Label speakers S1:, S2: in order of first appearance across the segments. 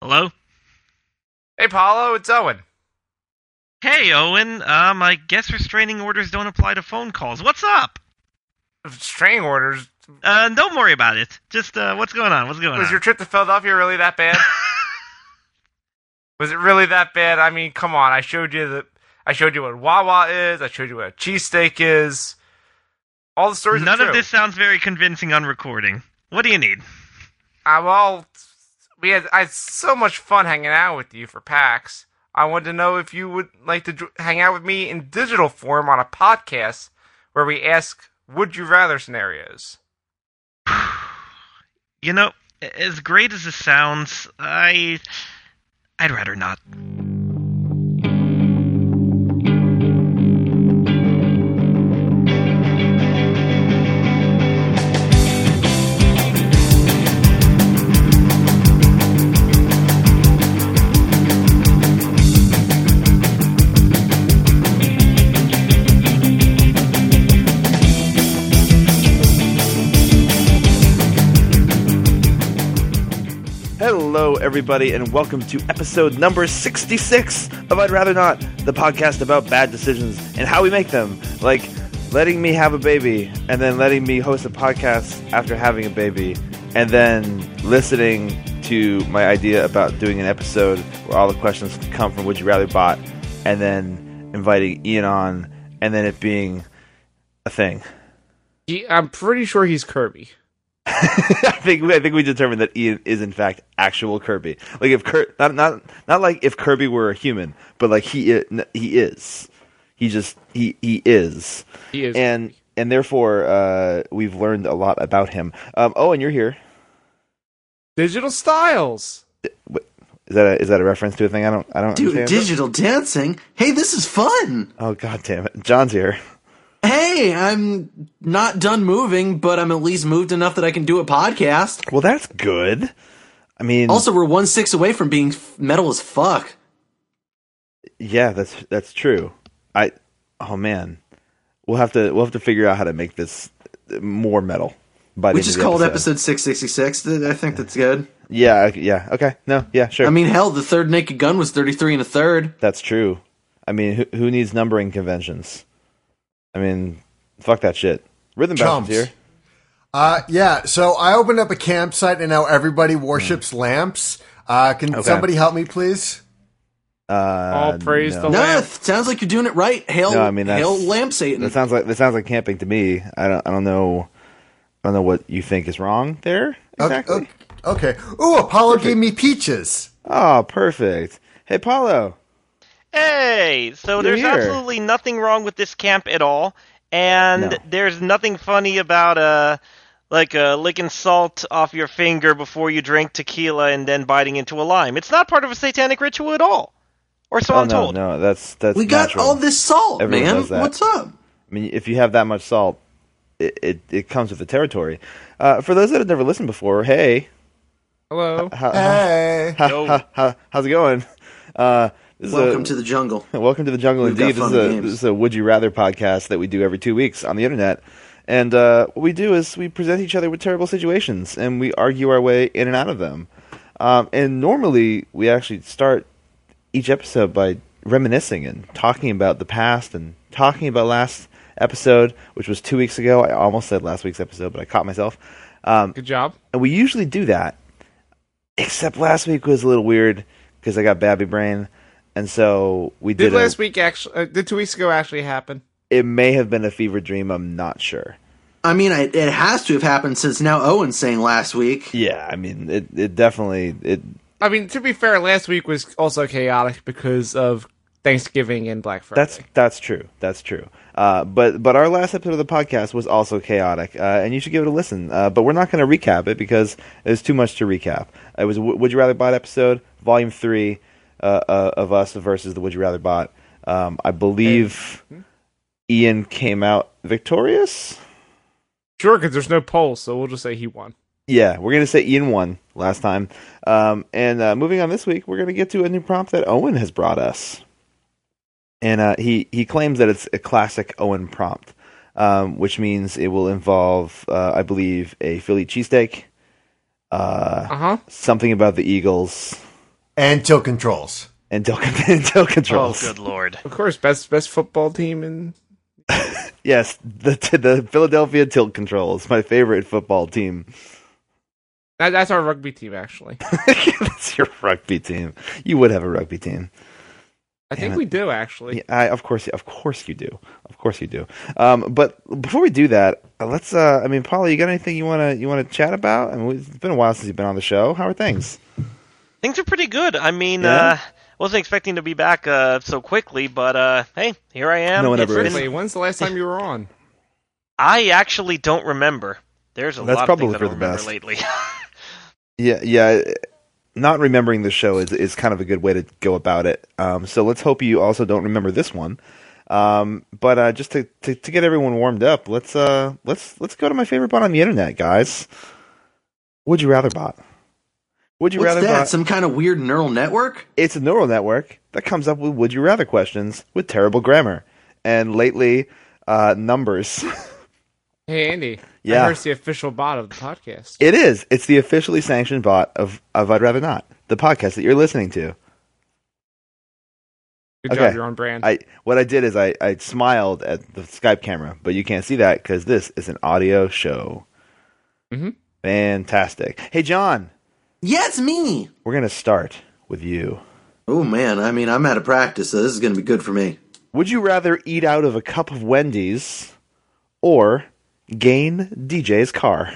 S1: Hello?
S2: Hey, Paulo, it's Owen.
S1: Hey, Owen. Um, I guess restraining orders don't apply to phone calls. What's up?
S2: String orders.
S1: Uh, don't worry about it. Just, uh, what's going on? What's going
S2: Was
S1: on?
S2: your trip to Philadelphia really that bad? Was it really that bad? I mean, come on. I showed you the. I showed you what Wawa is. I showed you what a cheesesteak is. All the stories.
S1: None
S2: are
S1: of
S2: true.
S1: this sounds very convincing on recording. What do you need?
S2: I'm all. We had. I had so much fun hanging out with you for PAX. I wanted to know if you would like to jo- hang out with me in digital form on a podcast where we ask "Would you rather" scenarios.
S1: You know, a- as great as this sounds, I. I'd rather not.
S3: Hello, everybody, and welcome to episode number 66 of I'd Rather Not, the podcast about bad decisions and how we make them. Like letting me have a baby, and then letting me host a podcast after having a baby, and then listening to my idea about doing an episode where all the questions come from Would You Rather Bot, and then inviting Ian on, and then it being a thing.
S2: He, I'm pretty sure he's Kirby.
S3: I think we, I think we determined that Ian is in fact actual Kirby. Like if Kirby, not not not like if Kirby were a human, but like he i- n- he is. He just he he is,
S2: He is.
S3: and and therefore uh, we've learned a lot about him. Um, oh, and you're here.
S2: digital styles.
S3: Is that a, is that a reference to a thing? I don't I don't
S4: Dude,
S3: understand.
S4: digital dancing? Hey, this is fun!
S3: oh god damn it, John's here.
S4: Hey, I'm not done moving, but I'm at least moved enough that I can do a podcast.
S3: Well, that's good. I mean,
S4: Also, we're one six away from being f- metal as fuck.
S3: yeah, that's that's true. I oh man, we'll have to we'll have to figure out how to make this more metal. By the
S4: We
S3: end of
S4: just
S3: the
S4: called episode 666. Th- I think that's good.
S3: Yeah, okay, yeah, okay, no, yeah, sure.
S4: I mean, hell, the third Naked Gun was 33 and a third.
S3: That's true. I mean, who, who needs numbering conventions? I mean, fuck that shit. Rhythm Bastards
S5: Chumps.
S3: here.
S5: Uh, yeah, so I opened up a campsite and now everybody worships
S3: Hmm.
S5: lamps. Uh, can somebody help me, please?
S3: Uh,
S2: All praise
S3: no.
S2: the
S4: No,
S2: lamp.
S4: sounds like you're doing it right. Hail,
S3: No, I mean, that's-
S4: hail Lamp Satan.
S3: That sounds like that sounds like camping to me. I don't I don't know I don't know what you think is wrong there
S5: Okay,
S3: exactly.
S5: Oh, Okay. okay. Ooh, Apollo gave me peaches.
S3: Oh, perfect. Hey, Paulo.
S1: Hey! So
S3: You're
S1: there's
S3: here.
S1: absolutely nothing wrong with this camp at all, and
S3: No.
S1: there's nothing funny about, uh, like, uh, licking salt off your finger before you drink tequila and then biting into a lime. It's not part of a satanic ritual at all. Or so
S3: oh
S1: I'm
S3: no,
S1: told.
S3: no, that's that's.
S4: we got
S3: natural.
S4: all this salt,
S3: Everyone
S4: man.
S3: does that.
S4: What's up?
S3: I mean, if you have that much salt, it it, it comes with the territory. Uh, for those that have never listened before, hey,
S2: Hello.
S3: how,
S5: Hey.
S3: how,
S1: Yo.
S3: how, how, how's it going? Uh, this is a-
S4: Welcome to the jungle.
S3: welcome to the jungle.
S4: We've got
S3: Indeed, this
S4: fun
S3: is, a,
S4: games.
S3: this is a would you rather podcast that we do every two weeks on the internet. And uh, what we do is we present each other with terrible situations and we argue our way in and out of them. Um, and normally we actually start each episode by reminiscing and talking about the past and talking about last episode, which was two weeks ago. I almost said last week's episode, but I caught myself. Um,
S2: Good job.
S3: and we usually do that. Except last week was a little weird because I got babby brain, and so we did.
S2: Did
S3: a-
S2: last week actually? Uh, did two weeks ago actually happen?
S3: it may have been a fever dream. I'm not sure.
S4: I mean, I, it has to have happened since now Owen's saying last week.
S3: Yeah, I mean, it it definitely it.
S2: I mean, to be fair, last week was also chaotic because of Thanksgiving and Black Friday.
S3: That's that's true. That's true. Uh, but but our last episode of the podcast was also chaotic, uh, and you should give it a listen. Uh, but we're not going to recap it because there's too much to recap. It was a Would You Rather Bot episode, volume three uh, uh, of us versus the Would You Rather Bot. Um, I believe Ian came out victorious.
S2: sure because there's no poll, so we'll just say he won.
S3: Yeah, we're gonna say Ian won last time. Um, and uh, moving on this week, we're gonna get to a new prompt that Owen has brought us, and uh, he he claims that it's a classic Owen prompt, um, which means it will involve, uh, I believe, a Philly cheesesteak, uh,
S2: Uh huh.
S3: something about the Eagles,
S5: and till controls.
S3: and Dill, and Dill
S1: Oh,
S3: controls.
S1: good lord.
S6: Of course, best best football team in
S3: Yes, the the Philadelphia Tilt Controls, my favorite football team.
S6: that, that's our rugby team actually.
S3: That's your rugby team. You would have a rugby team.
S6: I
S3: Damn
S6: think
S3: it.
S6: we do actually.
S3: Yeah, I, of course, of course you do. Of course you do. Um, but before we do that, uh, let's. Uh, I mean, Paula, you got anything you wanna you wanna chat about? I mean, it's been a while since you've been on the show. How are things?
S1: Things are pretty good. I mean,
S3: Yeah?
S1: uh, wasn't expecting to be back uh, so quickly, but uh, hey, here I am.
S3: No one
S1: It's
S3: ever
S1: been-
S3: is.
S6: Wait, when's the last time you were on?
S1: I actually don't remember. There's a
S3: That's
S1: lot
S3: probably
S1: of things I
S3: for
S1: don't
S3: the
S1: remember
S3: best.
S1: lately.
S3: Yeah, yeah. uh, Not remembering the show is is kind of a good way to go about it. Um, so let's hope you also don't remember this one. Um, but uh, just to, to to get everyone warmed up, let's uh let's let's go to my favorite bot on the internet, guys. Would you rather bot? Would you
S4: What's
S3: rather
S4: that?
S3: bot?
S4: Some kind of weird neural network?
S3: it's a neural network that comes up with would you rather questions with terrible grammar and lately uh, numbers.
S6: Hey Andy.
S3: Yeah.
S6: I heard it's the official bot of the podcast.
S3: it is. It's the officially sanctioned bot of of I'd rather not the podcast that you're listening to.
S6: Good
S3: okay.
S6: job, you're on brand.
S3: I what I did is I, I smiled at the Skype camera, but you can't see that because this is an audio show.
S6: Mhm.
S3: Fantastic. Hey John,
S4: Yeah, it's me.
S3: we're gonna start with you.
S4: Oh man, I mean, I'm out of practice, so this is gonna be good for me.
S3: Would you rather eat out of a cup of Wendy's or gain DJ's car?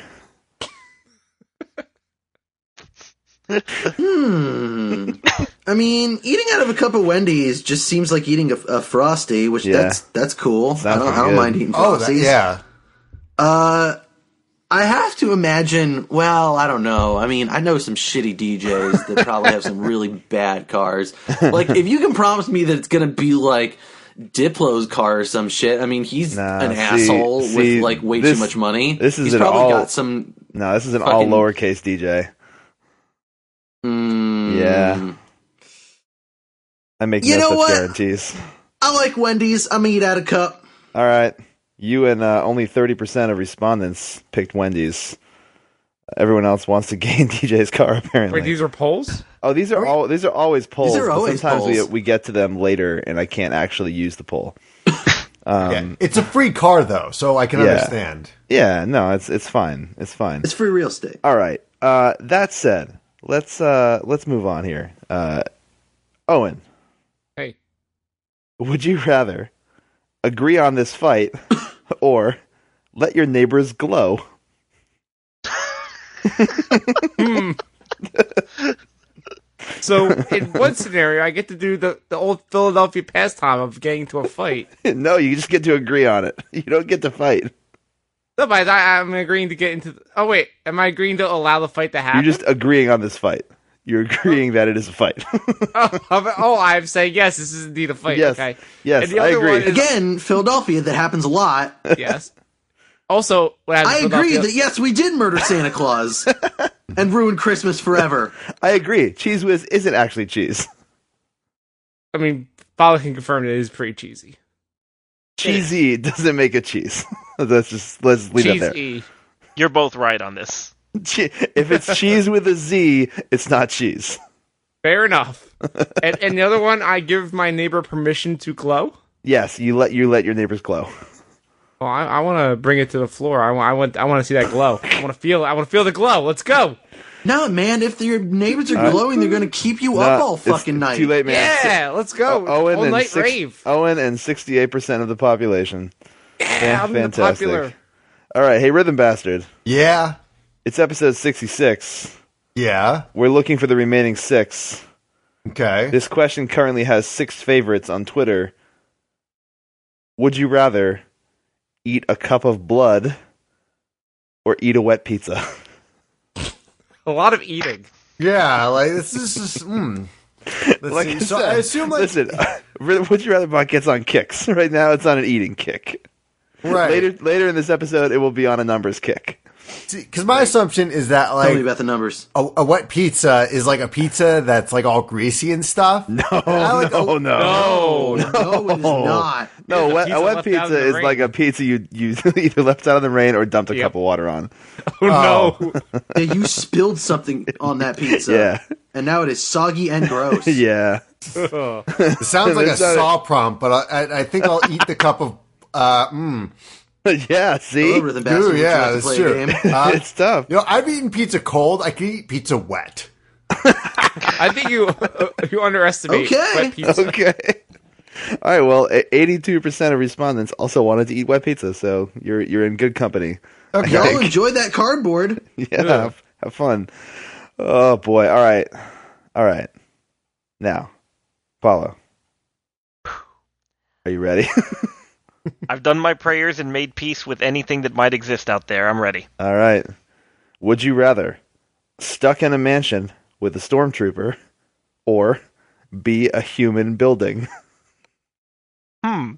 S4: Hmm. I mean, eating out of a cup of Wendy's just seems like eating a, a frosty, which
S3: Yeah.
S4: that's that's cool. I
S3: Sounds
S4: don't, I
S3: pretty
S4: don't
S3: good.
S4: mind eating
S5: Oh,
S4: frosties.
S5: that, yeah.
S4: Uh, I have to imagine. Well, I don't know. I mean, I know some shitty DJs that probably have some really bad cars. Like, if you can promise me that it's gonna be like Diplo's car or some shit. I mean, he's
S3: Nah,
S4: an
S3: see-
S4: asshole
S3: see,
S4: with like way
S3: this-
S4: too much money.
S3: this is
S4: he's
S3: an
S4: probably
S3: all-
S4: got some.
S3: No, this is an all
S4: Fucking-
S3: lowercase DJ.
S4: Mm,
S3: Yeah. I make
S4: You
S3: no
S4: know
S3: such
S4: what?
S3: guarantees.
S4: I like Wendy's. I'm gonna eat out of cup.
S3: All right. You and uh, only 30% of respondents picked Wendy's. Everyone else wants to gain DJ's car apparently.
S6: Wait, these are polls?
S3: oh, these are all these are always polls.
S4: are
S3: but
S4: always
S3: sometimes
S4: polls.
S3: we we get to them later and I can't actually use the poll.
S5: yeah. It's a free car though, so I can
S3: Um, Yeah.
S5: understand.
S3: Yeah, no, it's it's fine. It's fine.
S4: It's free real estate.
S3: All right. Uh, that said, let's uh, let's move on here. Uh, Owen,
S6: Hey.
S3: would you rather agree on this fight or let your neighbors glow?
S6: So in one scenario I get to do the, the old Philadelphia pastime of getting into a fight.
S3: no, you just get to agree on it. You don't get to fight.
S6: No, but I, I'm agreeing to get into. The, oh wait, am I agreeing to allow the fight to happen?
S3: You're just agreeing on this fight. You're agreeing that it is a fight.
S6: oh, I'm- oh, I'm saying yes. This is indeed a fight.
S3: yes,
S6: Okay.
S3: yes,
S6: And the
S3: I
S6: other one
S3: agree.
S6: is-
S4: Again, Philadelphia. That happens a lot.
S6: Yes. Also, what happened
S4: I
S6: to
S4: agree
S6: Philadelphia-
S4: that yes, we did murder Santa Claus and ruin Christmas forever.
S3: I agree. Cheese whiz isn't actually cheese.
S6: I mean, Paula can confirm it is pretty cheesy.
S3: Cheesy doesn't make a cheese. Let's just let's leave it there.
S6: cheesy.
S1: You're both right on this.
S3: Che- if it's cheese with a Z, it's not cheese.
S6: Fair enough. and, and the other one, I give my neighbor permission to glow.
S3: Yes, you let you let your neighbors glow.
S6: Well, I, I want to bring it to the floor. I, wa- I want. I want to see that glow. I want to feel. it. I want to feel the glow. Let's go.
S4: No, man, if your neighbors are glowing, they're gonna keep you up
S3: Uh, Nah,
S4: all
S3: it's
S4: fucking night.
S3: Too late, man.
S6: Yeah, let's go.
S3: Owen
S6: All
S3: and
S6: night
S3: six-
S6: rave.
S3: Owen and sixty-eight percent of the population.
S6: Yeah, I'm the
S3: fantastic.
S6: popular.
S3: All right, hey, rhythm bastard.
S5: Yeah.
S3: It's episode sixty-six.
S5: Yeah.
S3: We're looking for the remaining six.
S5: Okay.
S3: This question currently has six favorites on Twitter. Would you rather eat a cup of blood or eat a wet pizza?
S6: A lot of eating.
S5: Yeah, like this is just mm. Let's
S3: Like I
S5: see. So I,
S3: said,
S5: assume like
S3: Listen, would you rather bot gets on kicks? Right now, it's on an eating kick.
S5: right.
S3: Later, later in this episode, it will be on a numbers kick.
S5: Because my assumption is that
S4: Tell me
S5: like
S4: about the numbers.
S5: a, a wet pizza is like a pizza that's like all greasy and stuff. No,
S3: Oh no.
S6: No,
S4: No, it is not.
S3: No,
S6: It's a pizza
S3: wet, a wet
S6: left out in
S3: pizza
S6: the
S3: is
S6: rain.
S3: like a pizza you you either left out in the rain or dumped a
S6: Yep.
S3: cup of water on.
S6: Oh, no.
S4: Yeah, you spilled something on that pizza.
S3: Yeah.
S4: And now it is soggy and gross.
S3: Yeah,
S5: it sounds like a
S3: It's not a-
S5: saw prompt, but I, I, I think I'll eat the cup of. Uh, mm,
S3: yeah. See,
S4: Over the
S5: ooh,
S4: basket.
S5: yeah,
S4: to
S5: that's
S4: play
S5: true.
S4: a game.
S5: Uh,
S3: it's tough.
S5: you know, I've eaten pizza cold. I can eat pizza wet.
S6: I think you you underestimate
S4: Okay.
S6: wet pizza.
S3: Okay. All right. Well, eighty-two percent of respondents also wanted to eat wet pizza, so you're you're in good company.
S4: Y'all enjoyed that cardboard.
S3: Yeah. Have, have fun. Oh boy. All right. All right. Now, follow. Are you ready?
S1: I've done my prayers and made peace with anything that might exist out there. I'm ready.
S3: All right. Would you rather stuck in a mansion with a stormtrooper or be a human building?
S1: Hmm.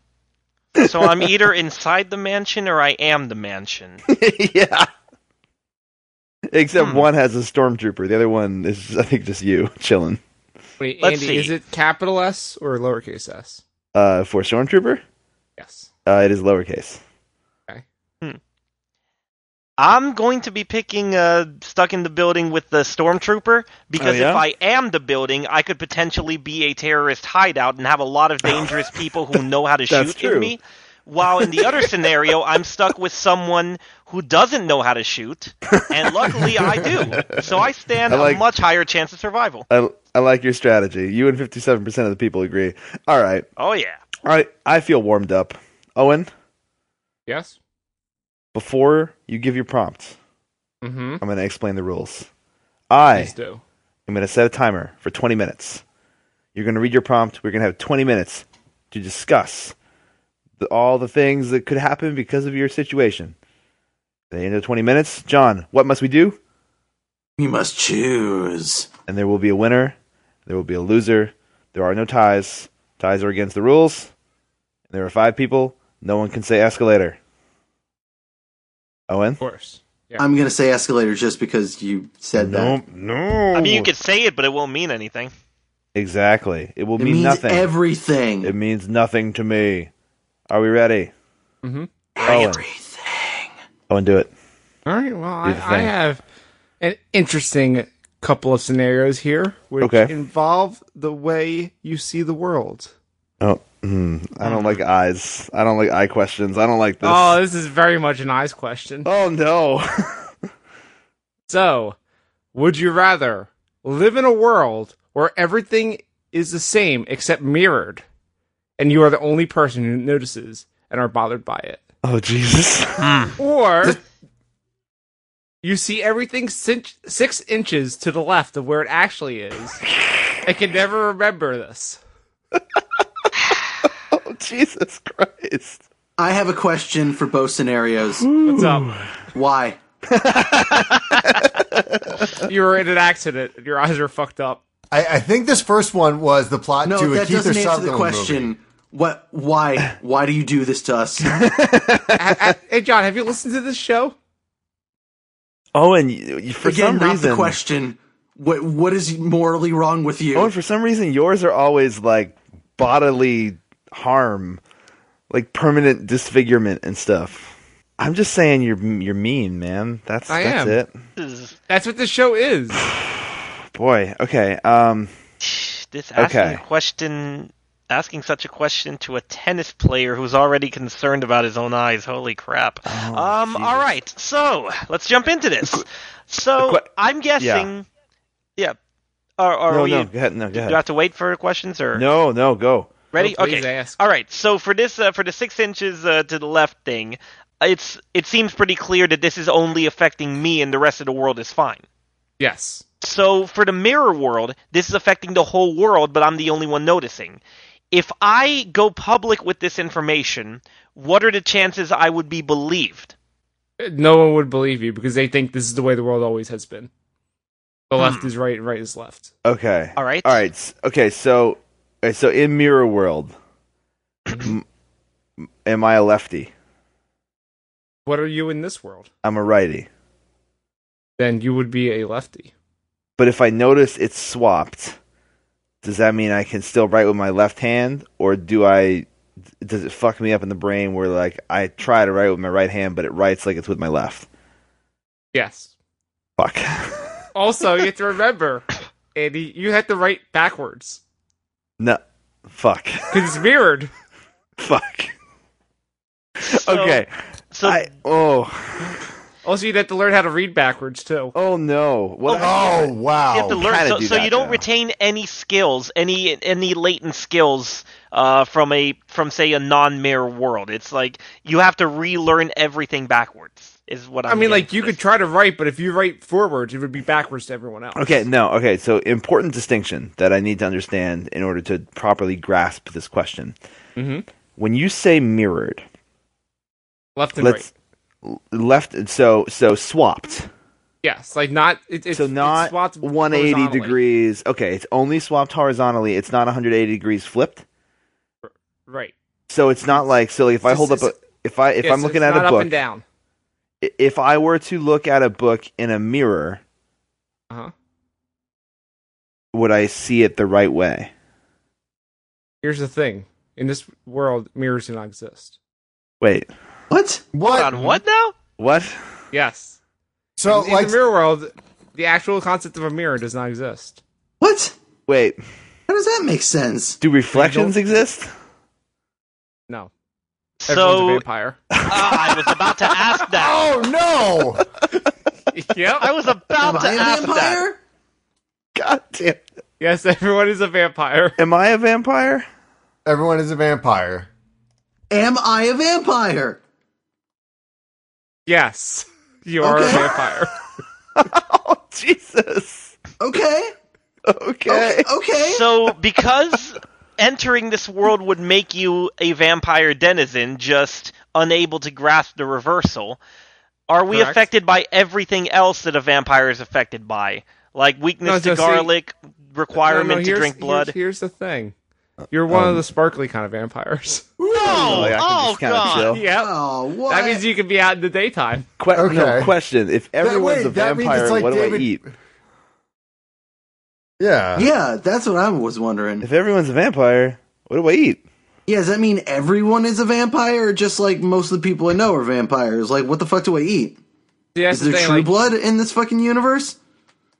S1: So I'm either inside the mansion or I am the mansion.
S3: yeah. Except
S1: Hmm.
S3: one has a stormtrooper. The other one is, I think, just you chilling.
S6: Wait, Andy,
S1: Let's see.
S6: is it capital S or lowercase s?
S3: Uh, for stormtrooper,
S6: Yes.
S3: uh, it is lowercase.
S1: I'm going to be picking uh, stuck in the building with the stormtrooper because
S3: Oh, yeah?
S1: if I am the building, I could potentially be a terrorist hideout and have a lot of dangerous people who know how to
S3: That's
S1: shoot
S3: true.
S1: at me. While in the other scenario, I'm stuck with someone who doesn't know how to shoot, and luckily I do. So I stand
S3: I like-
S1: a much higher chance of survival.
S3: I, I like your strategy. You and 57% of the people agree. All right.
S1: Oh yeah.
S3: All right. I feel warmed up. Owen,
S6: Yes.
S3: before you give your prompt,
S6: Mm-hmm.
S3: I'm going to explain the rules. I
S6: Please do.
S3: I'm going to set a timer for 20 minutes. You're going to read your prompt. We're going to have 20 minutes to discuss the, all the things that could happen because of your situation. At the end of 20 minutes, John, what must we do?
S4: You must choose.
S3: And there will be a winner. There will be a loser. There are no ties. Ties are against the rules. There are five people. No one can say escalator. Owen?
S6: Of course. Yeah.
S4: I'm going to say escalator just because you said that.
S3: no.
S1: I mean, you could say it, but it won't mean anything.
S3: Exactly. It will
S4: It
S3: mean
S4: means
S3: nothing.
S4: everything.
S3: it means nothing to me. Are we ready?
S6: mm-hmm.
S3: Owen. Owen, do it.
S6: All right. Well, I,
S3: Do the thing.
S6: I have an interesting couple of scenarios here, which
S3: Okay.
S6: involve the way you see the world.
S3: Oh, mm, I don't like eyes. I don't like eye questions. I don't like this.
S6: Oh, this is very much an eyes question.
S3: oh no.
S6: So, would you rather live in a world where everything is the same except mirrored, and you are the only person who notices and are bothered by it?
S3: oh Jesus.
S6: Or you see everything cinch- six inches to the left of where it actually is and can never remember this.
S3: Oh Jesus Christ.
S4: I have a question for both scenarios.
S6: What's up?
S4: Why?
S6: You were in an accident. and Your eyes are fucked up.
S5: I, I think this first one was the plot
S4: No,
S5: to a
S4: that
S5: Keith or
S4: doesn't answer
S5: Sutherland
S4: the
S5: movie.
S4: question. What? Why? Why do you do this to us?
S6: Ha- ha- hey, John, have you listened to this show?
S3: Owen, you, you, for
S4: Again,
S3: some
S4: not
S3: reason,
S4: the question. What? What is morally wrong with you?
S3: Owen, oh, for some reason, yours are always like bodily harm, like permanent disfigurement and stuff. I'm just saying you're you're mean, man. That's
S6: I
S3: that's
S6: am.
S3: it.
S1: This is
S6: That's what this show is.
S3: Boy, okay. Um,
S1: this asking
S3: Okay.
S1: a question asking such a question to a tennis player who's already concerned about his own eyes holy crap
S3: Oh,
S1: um all right so let's jump into this so
S3: que-
S1: i'm guessing yeah, Or, or
S3: no,
S1: we-
S3: no, go ahead, no, go
S1: do
S3: ahead.
S1: you have to wait for questions or
S3: no, no, go.
S1: Ready?
S6: No, please
S1: okay.
S6: ask.
S1: All right. So for this, uh, for the six inches uh, to the left thing, it's it seems pretty clear that this is only affecting me, and the rest of the world is fine.
S6: Yes.
S1: So for the mirror world, this is affecting the whole world, but I'm the only one noticing. If I go public with this information, what are the chances I would be believed?
S6: No one would believe you because they think this is the way the world always has been. The
S3: Hmm.
S6: left is right and right is left.
S3: Okay.
S1: All right.
S3: All right. s- Okay. So, okay, so in Mirror World, m- am I a lefty?
S6: What are you in this world?
S3: I'm a righty.
S6: then you would be a lefty.
S3: But if I notice it's swapped, does that mean I can still write with my left hand, or do I? Does it fuck me up in the brain where like I try to write with my right hand, but it writes like it's with my left?
S6: Yes.
S3: Fuck.
S6: Also, you have to remember, Andy, you have to write backwards
S3: no. Fuck.
S6: because it's mirrored.
S3: Fuck.
S1: So-
S3: okay.
S1: So
S3: I oh
S6: Also, you'd have to learn how to read backwards too.
S3: oh no. What
S1: Okay.
S5: Oh wow!
S1: you have to learn.
S3: kinda
S1: So,
S3: do
S1: so
S3: that
S1: you don't
S3: now.
S1: retain any skills, any any latent skills uh, from a from say a non-mirror world. It's like you have to relearn everything backwards. Is what I'm
S6: I mean,
S1: getting
S6: like
S1: from
S6: you
S1: this.
S6: could try to write, but if you write forwards, it would be backwards to everyone else.
S3: Okay, no, okay. So, important distinction that I need to understand in order to properly grasp this question.
S6: Mhm.
S3: When you say mirrored,
S6: left and right.
S3: let's l- left. So, so swapped.
S6: Yes, like not. It, it's
S3: so
S6: it's
S3: not
S6: swapped
S3: 180
S6: horizontally.
S3: degrees. Okay, it's only swapped horizontally. It's not 180 degrees flipped.
S6: Right.
S3: So it's not like so. Like if I
S6: It's-
S3: hold up a,
S6: it's-
S3: if I if
S6: Yes,
S3: I'm looking
S6: it's
S3: at
S6: not
S3: a
S6: up
S3: book,
S6: and down.
S3: i- if I were to look at a book in a mirror,
S6: Uh huh.
S3: would I see it the right way?
S6: Here's the thing: in this world, mirrors do not exist.
S3: Wait,
S4: What?
S5: what?
S1: Hold on what now?
S3: what?
S6: Yes.
S5: So
S6: in, in
S5: like,
S6: the mirror world, the actual concept of a mirror does not exist.
S4: What?
S3: Wait,
S4: How does that make sense?
S3: do reflections exist?
S6: No. Everyone's a
S1: So
S6: vampire.
S1: Ah, I was about to ask that.
S5: oh no!
S1: I
S6: yep.
S1: was about
S4: Am
S1: to
S4: I a
S1: ask that.
S4: vampire?
S3: God damn!
S6: Yes, everyone is a vampire.
S3: Am I a vampire?
S5: Everyone is a vampire.
S4: Am I a vampire?
S6: Yes. You are a
S4: Okay.
S6: vampire.
S3: Oh Jesus!
S4: Okay.
S3: Okay.
S4: Okay.
S1: So because entering this world would make you a vampire denizen, just unable to grasp the reversal, are we
S6: Correct.
S1: affected by everything else that a vampire is affected by? Like
S6: No,
S1: weakness
S6: so
S1: to
S6: see-
S1: garlic, requirement
S6: No, no,
S1: to
S6: here's-
S1: drink blood.
S6: Here's, here's the thing. You're one of the sparkly kind of vampires.
S1: No!
S3: Like, I can
S1: Oh,
S3: just kinda
S1: God!
S3: chill.
S6: yeah.
S4: oh, what?
S6: That means you can be out in the daytime.
S3: Que- no,
S5: Okay.
S3: question: If everyone's
S5: wait,
S3: a
S5: that means
S3: vampire,
S5: it's like
S3: what do I
S5: David-
S3: eat?
S5: Yeah.
S4: yeah, that's what I was wondering.
S3: If everyone's a vampire, what do I eat?
S4: Yeah, does that mean everyone is a vampire, or just like most of the people I know are vampires? Like, what the fuck do I eat?
S6: See, that's
S4: Is
S6: the
S4: there
S6: thing,
S4: true
S6: like,
S4: blood in this fucking universe?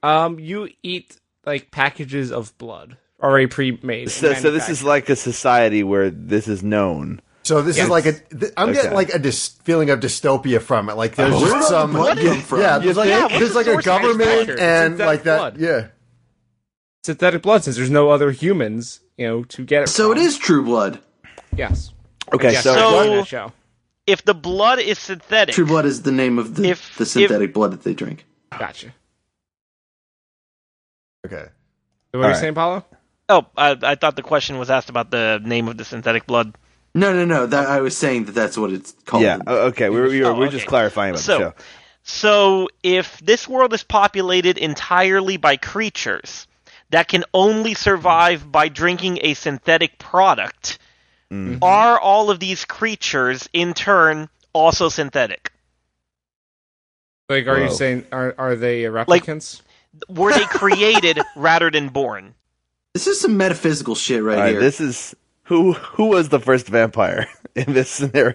S6: Um, you eat like packages of blood already pre-made. and
S3: So, so this is
S6: manufactured.
S3: like a society where this is known.
S5: So this
S6: Yes.
S5: is like a. Th- I'm
S3: Okay.
S5: getting like a dis- feeling of dystopia from it. Like there's
S4: Where did
S5: just some.
S4: blood
S5: Yeah,
S4: come from?
S5: there's like
S1: Yeah, what's
S5: there's
S1: the
S5: like a
S1: source of
S5: government
S6: manufacture?
S5: and
S6: Synthetic
S5: like that.
S6: blood.
S5: Yeah.
S6: synthetic blood since there's no other humans, you know, to get it.
S4: So it
S6: from.
S4: is true blood.
S6: Yes.
S3: Okay,
S6: yes,
S3: so,
S6: I've
S1: So-
S6: seen that show.
S1: If the blood is synthetic,
S4: True blood is the name of the,
S1: If-
S4: the synthetic blood that they drink.
S6: Gotcha.
S5: Okay.
S6: So What are you
S3: Alright.
S6: saying, Paulo?
S1: oh, I, I thought the question was asked about the name of the synthetic blood.
S4: No, no, no. That I was saying that that's what it's called.
S3: yeah, uh, o- okay, we were, we were,
S1: Oh,
S3: we we're just
S1: okay.
S3: clarifying about
S1: So-
S3: the show.
S1: So, if this world is populated entirely by creatures that can only survive by drinking a synthetic product,
S5: Mm-hmm.
S1: are all of these creatures in turn also synthetic?
S6: Like, are you
S3: Whoa.
S6: saying are are they uh, replicants?
S1: Were they created rather than born?
S4: This is some metaphysical shit right
S3: All right,
S4: here.
S3: this is who who was the first vampire in this scenario?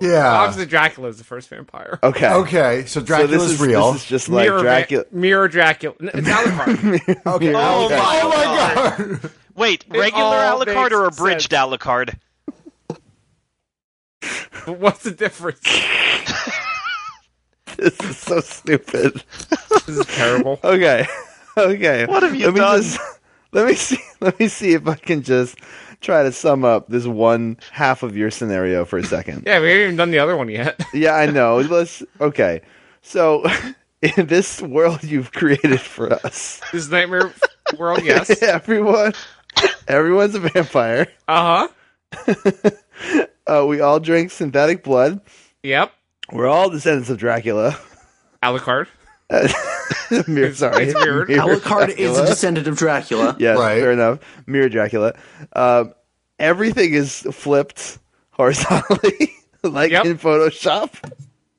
S5: Yeah.
S6: Obviously, Dracula is the first vampire.
S3: Okay,
S5: Okay. So
S3: so
S5: Dracula's
S3: this is
S5: real.
S3: This is just Oh, like
S6: mirror,
S3: Dracula.
S6: Va- mirror Dracula. N- It's Alucard.
S5: okay.
S1: Oh,
S5: okay.
S1: my
S5: Oh my god.
S1: Wait, regular
S6: all
S1: Alucard or
S6: makes
S1: abridged
S6: sense.
S1: Alucard?
S6: But What's the difference?
S3: This is so stupid.
S6: This is terrible.
S3: Okay, okay.
S1: What have you
S3: let me
S1: done?
S3: Just, let me see. Let me see if I can just try to sum up this one half of your scenario for a second.
S6: Yeah, we haven't even done the other one yet.
S3: Yeah, I know. Let's okay. So in this world you've created for us,
S6: This is nightmare world. Yes.
S3: everyone, everyone's a vampire.
S6: Uh huh.
S3: Uh, we all drink synthetic blood.
S6: Yep.
S3: We're all descendants of Dracula.
S6: Alucard.
S3: Mirror, sorry,
S6: it's mirrored.
S4: Alucard is a
S3: Dracula.
S4: descendant of Dracula.
S3: Yeah,
S5: Right.
S3: fair enough. Mirror Dracula. Um, everything is flipped horizontally, like
S6: Yep.
S3: in Photoshop.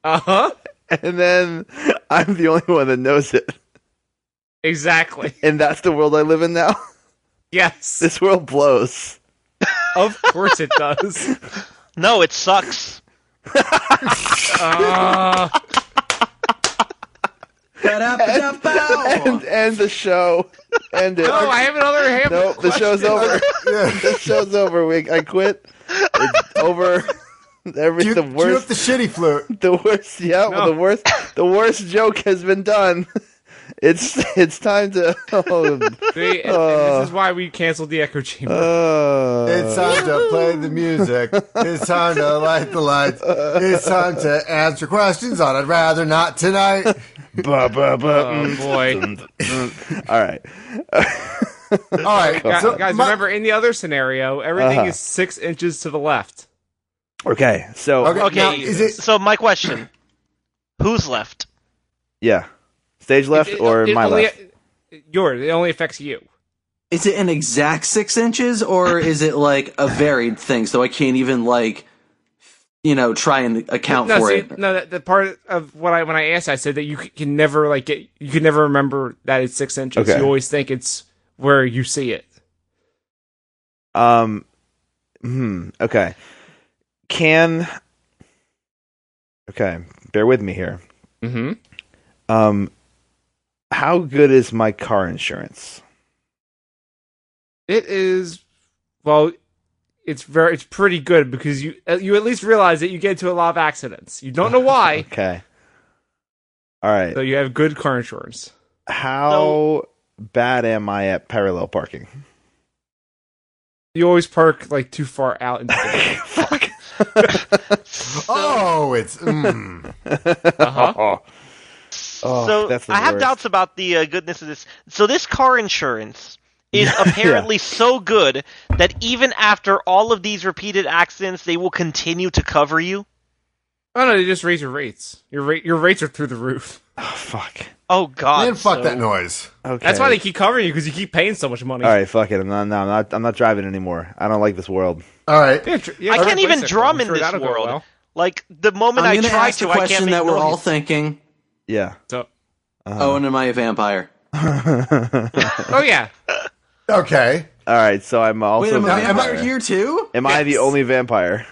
S6: Uh huh.
S3: And then I'm the only one that knows it.
S6: Exactly.
S3: And that's the world I live in now.
S6: Yes.
S3: This world blows.
S6: Of course it does.
S1: No, it sucks.
S6: Uh,
S3: And end the show. End it.
S6: oh, I have another ham.
S3: nope, the show's over.
S5: Yeah.
S3: the show's over. We, I quit. It's over. Every,
S5: Do you,
S3: the
S5: do you have
S3: worst
S5: the shitty flute?
S3: the worst yeah well,
S6: No.
S3: the worst the worst joke has been done it's it's time to oh,
S6: See, and- and this is why we canceled the echo chamber.
S3: uh,
S5: It's time to play the music. It's time to light the lights. It's time to answer questions on I'd Rather Not Tonight.
S3: ba, ba, ba,
S6: oh
S3: mm,
S6: boy,
S3: mm. all right
S5: All right.
S6: Guys-
S5: so
S6: guys!
S5: my-
S6: remember, in the other scenario, everything
S3: Uh-huh.
S6: is six inches to the left.
S3: okay so
S5: Okay.
S1: Okay,
S5: Now, is it-
S1: so my question: Who's left?
S3: yeah stage left
S6: It-
S3: or
S6: it
S3: my
S6: only-
S3: left
S6: Yours. It only affects you.
S4: Is it an exact six inches or is it like a varied thing? So I can't even like, you know, try and account
S6: no,
S4: for
S6: see,
S4: it.
S6: no. That, the part of what I when I asked, I said that you c- can never like get you can never remember that it's six inches.
S3: Okay.
S6: You always think it's where you see it.
S3: um hmm okay can okay bear with me here
S6: Mm-hmm.
S3: um how good is my car insurance
S6: It is well. It's very it's pretty good because you uh, you at least realize that you get into a lot of accidents. You don't know why,
S3: okay all right
S6: so you have good car insurance.
S3: How bad am I at parallel parking?
S6: You always park like too far out into the
S3: Fuck.
S5: oh, it's. Mm.
S3: Oh,
S4: Oh,
S1: so
S3: that's the
S1: I have
S3: worst.
S1: doubts about the uh, goodness of this. So this car insurance is apparently so good that even after all of these repeated accidents, they will continue to cover you.
S6: Oh no, they just raise your rates. Your rate, your rates are through the roof.
S3: Oh, fuck.
S1: Oh God!
S5: Man, fuck
S1: so-
S5: that noise.
S3: Okay.
S6: That's why they keep covering you because you keep paying so much money.
S3: All right, fuck it. I'm not. No, I'm not. I'm not driving anymore. I don't like this world.
S5: All right.
S6: Yeah, tr- yeah,
S1: I can't
S6: replace
S1: even
S6: it.
S1: drum
S6: I'm
S1: in
S6: sure
S1: this
S6: that'll go
S1: world.
S6: well.
S1: Like the moment
S4: I'm
S1: I
S4: going to
S1: try
S4: ask
S1: to,
S4: the
S1: I can't
S4: question
S1: make
S4: that we're
S1: noise.
S4: all thinking.
S3: Yeah.
S6: So,
S4: Owen, Oh, am I a vampire?
S6: oh yeah,
S5: Okay.
S3: All right. So I'm also.
S4: Wait, am I a
S3: vampire.
S4: vampire here too?
S3: Am I the
S6: Yes.
S3: only vampire?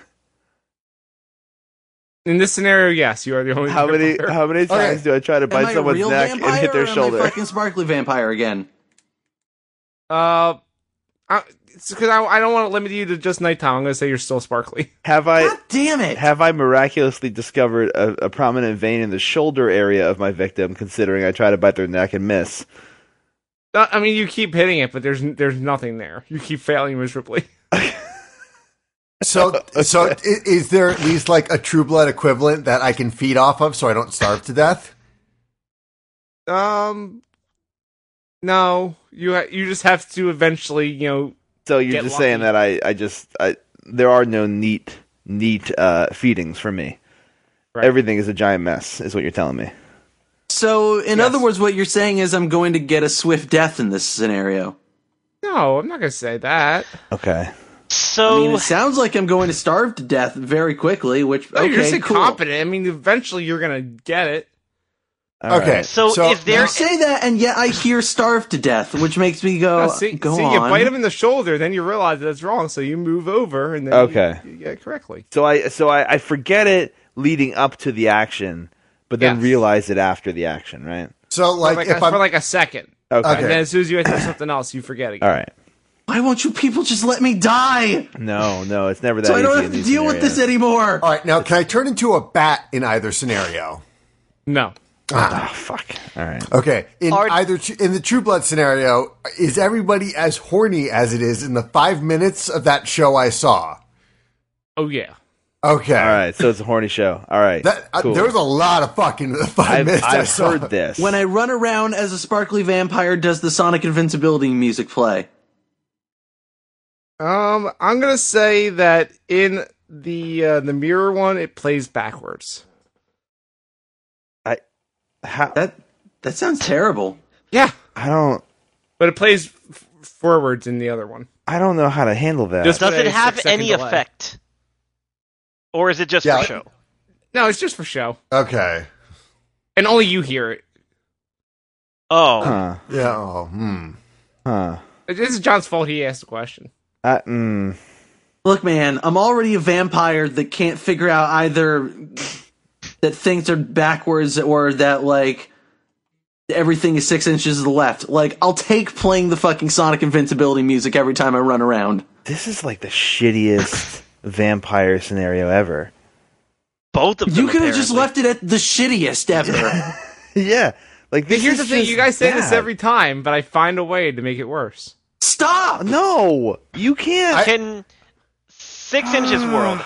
S6: in this scenario, yes, you are the only.
S3: How many?
S6: vampire.
S3: How many times do I try to
S4: Am I
S3: bite
S4: a
S3: someone's
S4: real
S3: neck
S4: vampire
S3: and hit their
S4: or
S3: shoulder?
S4: am I fucking sparkly vampire again?
S6: Uh, I, it's because I, I don't want to limit you to just nighttime. I'm gonna say you're still sparkly.
S3: Have I?
S4: God damn it!
S3: Have I miraculously discovered a, a prominent vein in the shoulder area of my victim, considering I try to bite their neck and miss?
S6: Uh, I mean, you keep hitting it, but there's there's nothing there. You keep failing miserably.
S5: So, so i- is there at least like a True Blood equivalent that I can feed off of so I don't starve to death?
S6: Um, no, you ha- you just have to eventually, you know,
S3: So you're
S6: Get
S3: just saying
S6: lucky.
S3: that I, I just I there are no neat neat uh, feedings for me.
S6: Right.
S3: Everything is a giant mess, is what you're telling me.
S4: So, in
S6: Yes.
S4: other words, what you're saying is I'm going to get a swift death in this scenario.
S6: no, I'm not gonna say that.
S3: Okay.
S4: I
S1: So
S6: Oh.
S4: mean, it sounds like I'm going to starve to death very quickly, which,
S6: No, Oh,
S4: okay,
S6: you're just
S4: cool.
S6: incompetent. I mean, eventually you're gonna get it.
S5: okay.
S1: So if there-
S4: You say that, and yet I hear starve to death, which makes me go,
S6: No, Uh, see,
S4: go
S6: see,
S4: on.
S6: you bite him in the shoulder, then you realize that it's wrong, so you move over and then
S3: Okay.
S6: you, you get it correctly.
S3: so I so I, I forget it leading up to the action, but then
S6: Yes.
S3: realize it after the action, right?
S5: So,
S6: For
S5: like,
S6: like,
S5: if
S6: a,
S5: I'm.
S6: for like a second.
S3: Okay.
S6: And then as soon as you enter something else, you forget again.
S3: All right.
S4: Why won't you people just let me die?
S3: No, no, it's never that.
S4: So I
S3: easy
S4: don't
S3: in
S4: have to
S3: these
S4: deal with this
S3: scenarios.
S4: anymore.
S5: all right. Now, can I turn into a bat in either scenario?
S6: No.
S3: Oh, fuck. All right.
S5: Okay. In
S1: Are-
S5: either in the True Blood scenario, is everybody as horny as it is in the five minutes of that show I saw?
S6: Oh yeah.
S5: Okay.
S3: All right. So it's a horny show. All right.
S5: That uh,
S3: cool.
S5: there was a lot of fucking in the 5
S3: I've,
S5: minutes I
S3: I've
S5: saw.
S3: heard this.
S4: When I run around as a sparkly vampire, does the Sonic Invincibility music play?
S6: Um, I'm gonna say that in the uh, the mirror one, it plays backwards.
S3: How-
S4: That that sounds terrible.
S6: Yeah,
S3: I don't.
S6: but it plays f- forwards in the other one.
S3: I don't know how to handle that.
S6: Just-
S1: does it
S6: a
S1: have
S6: six-second
S1: any
S6: delay.
S1: effect, or is it just
S5: Yeah.
S1: for show?
S6: No, it's just for show.
S5: Okay.
S6: and only you hear it.
S1: Oh,
S3: Huh.
S5: Yeah. Oh, hmm.
S3: Huh.
S6: This is John's fault. He asked the question.
S3: Uh, mm.
S4: Look, man, I'm already a vampire that can't figure out either that things are backwards or that, like, everything is six inches to the left. Like, I'll take playing the fucking Sonic Invincibility music every time I run around.
S3: This is like the shittiest vampire scenario ever.
S1: both of them.
S4: You could have just
S1: apparently.
S4: left it at the shittiest ever.
S3: yeah. Like this
S6: Here's
S3: is
S6: the thing:
S3: just
S6: you guys say this
S3: bad.
S6: every time, but I find a way to make it worse.
S4: Stop!
S3: No, you can't.
S1: Can six inches world?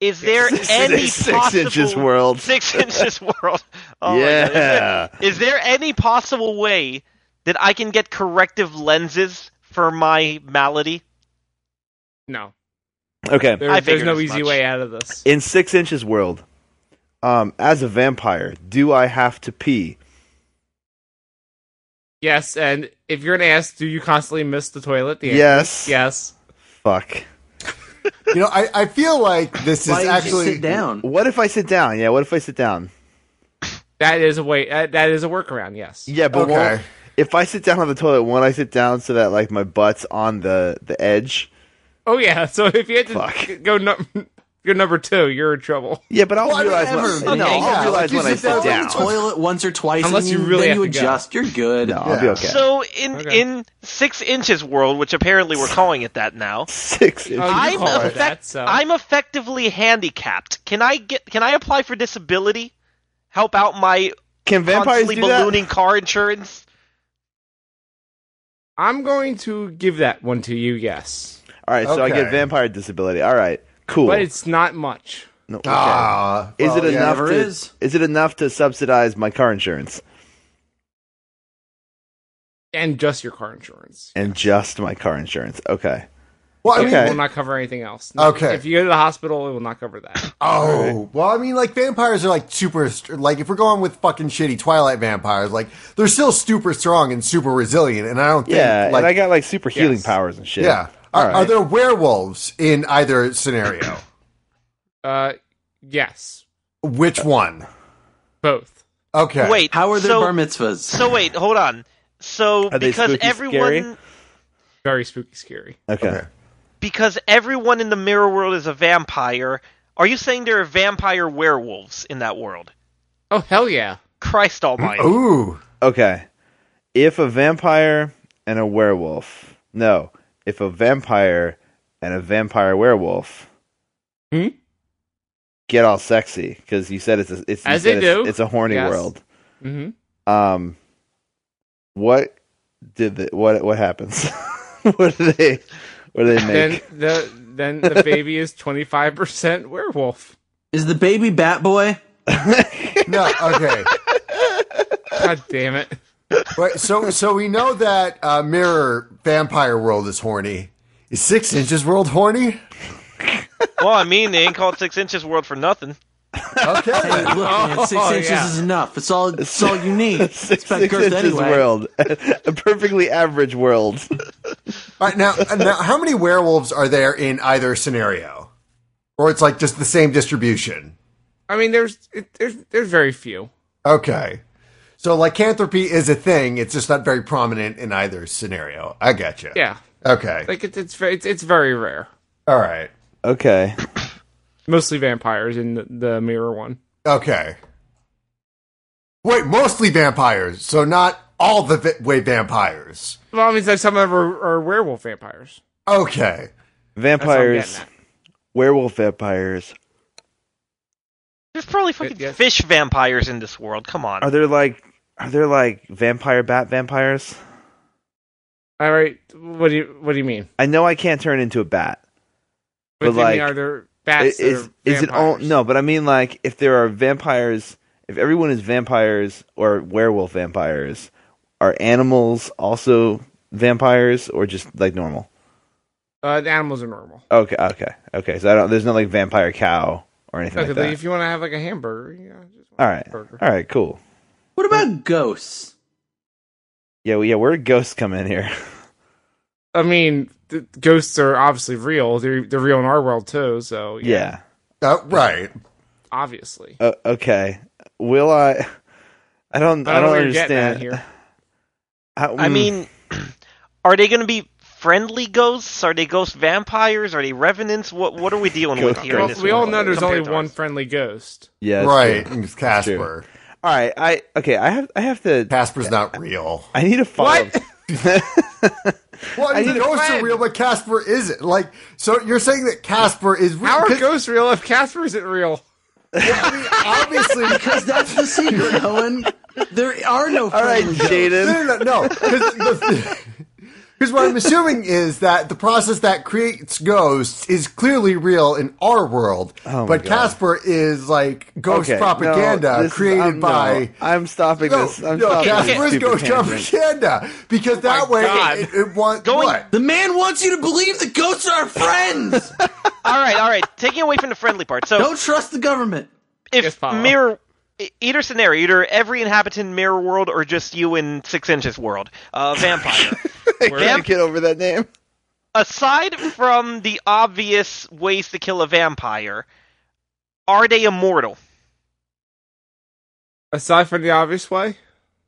S1: Is there
S3: Ah. Six-
S1: any
S3: six
S1: possible
S3: inches world.
S1: Six inches world. Oh my God. Is
S3: yeah.
S1: there- Is there any possible way that I can get corrective lenses for my malady?
S6: No,
S3: Okay.
S6: there-
S1: I
S6: there's
S1: figured
S6: no
S1: as
S6: easy
S1: much.
S6: way out of this.
S3: In Six Inches World, um, as a vampire, do I have to pee?
S6: yes, and if you're gonna ask, do you constantly miss the toilet? The answer
S3: Yes.
S6: is Yes.
S3: Fuck.
S5: You know, I, I feel like this
S4: Why
S5: is
S4: didn't you
S5: actually
S4: sit down?
S3: What if I sit down? Yeah. What if I sit down?
S6: That is a way. That, that is a workaround. Yes.
S3: Yeah, but
S5: Okay.
S3: won't- if I sit down on the toilet, won't I sit down so that like my butt's on the the edge?
S6: Oh yeah. So if you had to
S3: Fuck.
S6: go num- go number two, you're in trouble.
S3: Yeah, but I'll
S5: Well, I mean,
S3: realize
S5: everybody-
S4: Oh,
S3: when, no,
S5: yeah,
S3: I'll
S5: like,
S3: realize
S5: you
S3: when I
S5: sit down
S3: sit
S5: on the
S3: down.
S4: Toilet once or twice,
S6: Unless
S4: and
S6: you really
S4: then you
S6: have to go.
S4: adjust. You're good.
S3: No, I'll be
S5: Yeah.
S3: okay.
S1: So in
S6: Okay.
S1: in six inches world, which apparently we're calling it that now,
S3: six.
S6: Oh, you
S1: I'm,
S6: call it
S1: effect-
S6: that. So
S1: I'm effectively handicapped. Can I get? Can I apply for disability? Help out my
S3: Can vampires
S1: constantly
S3: do
S1: ballooning
S3: that?
S1: car insurance.
S6: I'm going to give that one to you. Yes,
S3: All right, so I get
S5: Okay.
S3: vampire disability. All right, cool.
S6: but it's not much.
S3: No, okay.
S5: Ah,
S3: is
S5: well,
S3: it
S5: yeah.
S3: enough?
S4: never
S3: to,
S4: is.
S3: it enough to subsidize my car insurance
S6: And just your car insurance.
S3: and just my car insurance? Okay.
S5: Well, I mean,
S3: Okay.
S6: It will not cover anything else.
S5: Okay.
S6: If you go to the hospital, it will not cover that.
S5: Oh, well, I mean, like vampires are like super. st- Like if we're going with fucking shitty Twilight vampires, like they're still super strong and super resilient. And I don't think,
S3: Yeah,
S5: like,
S3: and I got like super healing
S6: Yes.
S3: powers and shit.
S5: yeah.
S3: All
S5: Are,
S3: right.
S5: are there werewolves in either scenario?
S6: Uh, yes,
S5: Which one?
S6: both.
S5: Okay.
S1: Wait,
S4: How are their
S1: so,
S4: bar mitzvahs?
S1: So wait, hold on. So
S3: Are they
S1: because
S3: spooky,
S1: everyone
S3: scary?
S6: Very spooky, scary.
S3: okay.
S5: Okay.
S1: because everyone in the mirror world is a vampire, are you saying there are vampire werewolves in that world?
S6: Oh hell yeah!
S1: Christ almighty.
S3: Oh.
S5: Ooh.
S3: Okay. If a vampire and a werewolf. No. If a vampire and a vampire werewolf.
S6: Hmm?
S3: Get all sexy because you said it's a, it's you
S6: As
S3: said
S6: they
S3: it's,
S6: do.
S3: it's a horny
S6: Yes.
S3: world.
S6: hmm
S3: Um, what did the, what what happens? what do they what do they
S6: Then
S3: make?
S6: the then the baby is twenty five percent werewolf.
S4: Is the baby Bat Boy?
S5: No. Okay.
S6: God damn it!
S5: Right, so so we know that uh, mirror vampire world is horny. Is six inches world horny?
S1: Well, I mean, they ain't called Six Inches World for nothing.
S5: Okay.
S4: Look, man, six
S6: Oh,
S4: inches
S6: yeah.
S4: is enough. It's all it's all you need.
S3: Six,
S4: it's about
S3: six
S4: girth
S3: inches
S4: anyway.
S3: world, a perfectly average world.
S5: All right, now uh, now how many werewolves are there in either scenario? Or it's like just the same distribution.
S6: I mean, there's it, there's there's very few.
S5: Okay. So lycanthropy is a thing, it's just not very prominent in either scenario. I gotcha.
S6: Yeah,
S5: Okay.
S6: like it's it's very it's, it's very rare.
S5: All right.
S3: Okay,
S6: Mostly vampires in the, the mirror one.
S5: Okay. Wait, mostly vampires, so not all the va- way vampires.
S6: Well, I mean, like some of them are, are werewolf vampires.
S5: Okay.
S6: That's what I'm getting
S3: vampires,
S6: at.
S3: werewolf vampires.
S1: There's probably fucking
S6: yes.
S1: fish vampires in this world. Come on.
S3: Are there like are there like vampire bat vampires?
S6: All right, what do you what do you mean?
S3: I know I can't turn into a bat.
S6: What
S3: But,
S6: do you mean?
S3: like,
S6: Are there bats? that
S3: is
S6: are
S3: is it all
S6: vampires?
S3: no? But I mean, like, if there are vampires, if everyone is vampires or werewolf vampires, are animals also vampires or just like normal?
S6: Uh, the animals are normal.
S3: Okay, okay, okay. So I don't. There's no like vampire cow or anything
S6: Okay,
S3: like
S6: like,
S3: that.
S6: if you want to have like a hamburger, you know, just want
S3: all right,
S6: a burger.
S3: all right, cool.
S4: What about ghosts?
S3: Yeah, well, yeah. Where did ghosts come in here?
S6: I mean, the ghosts are obviously real. They're they're real in our world too. So yeah,
S3: yeah.
S5: Uh, right.
S6: obviously.
S3: O- okay. Will I? I don't. I don't,
S6: know what you're getting at
S3: understand.
S6: here.
S3: How-
S1: I
S3: mm.
S1: mean, are they going to be friendly ghosts? Are they ghost vampires? Are they revenants? What What are we dealing with
S3: Ghost
S1: here? in
S6: Well,
S1: this
S6: we all
S1: world
S6: know there's
S1: compared
S6: only
S1: to
S6: one
S1: ours?
S6: friendly ghost.
S3: yeah, that's
S5: right,
S3: true.
S5: and it's Casper.
S3: All right. I okay. I have. I have to.
S5: Casper's not real.
S3: I need a follow.
S6: What?
S5: Well, I mean,
S3: need
S5: the
S3: a
S5: ghosts are
S6: friend.
S5: real, but Casper isn't. Like, so you're saying that Casper is real?
S6: How are
S5: 'Cause
S6: ghosts real if Casper isn't real?
S5: Obviously,
S4: Because that's the secret, Owen. There are no
S3: All right,
S4: friendly ghosts.
S3: Jaden.
S5: no, no, no, no. Because what I'm assuming is that the process that creates ghosts is clearly real in our world,
S3: Oh my
S5: but
S3: God.
S5: Casper is like ghost
S3: Okay, no,
S5: propaganda
S3: this is-
S5: created
S3: I'm- no,
S5: by.
S3: I'm stopping
S5: No,
S3: this. I'm
S5: no,
S3: stopping
S5: Casper
S3: this
S5: is
S3: stupid
S5: ghost
S3: tangent.
S5: propaganda because that way
S6: God.
S5: it, it, it wants
S1: Going-
S5: what?
S4: The man wants you to believe the ghosts are our friends.
S1: All right, all right. Taking away from the friendly part. So
S4: Don't trust the government.
S1: if
S6: Yes, Paolo.
S1: mirror e- either scenario, either every inhabitant in mirror world or just you in six inches world, uh, vampire.
S3: We're gonna
S1: Vamp-
S3: get over that name.
S1: aside from the obvious ways to kill a vampire, are they immortal?
S6: Aside from the obvious way?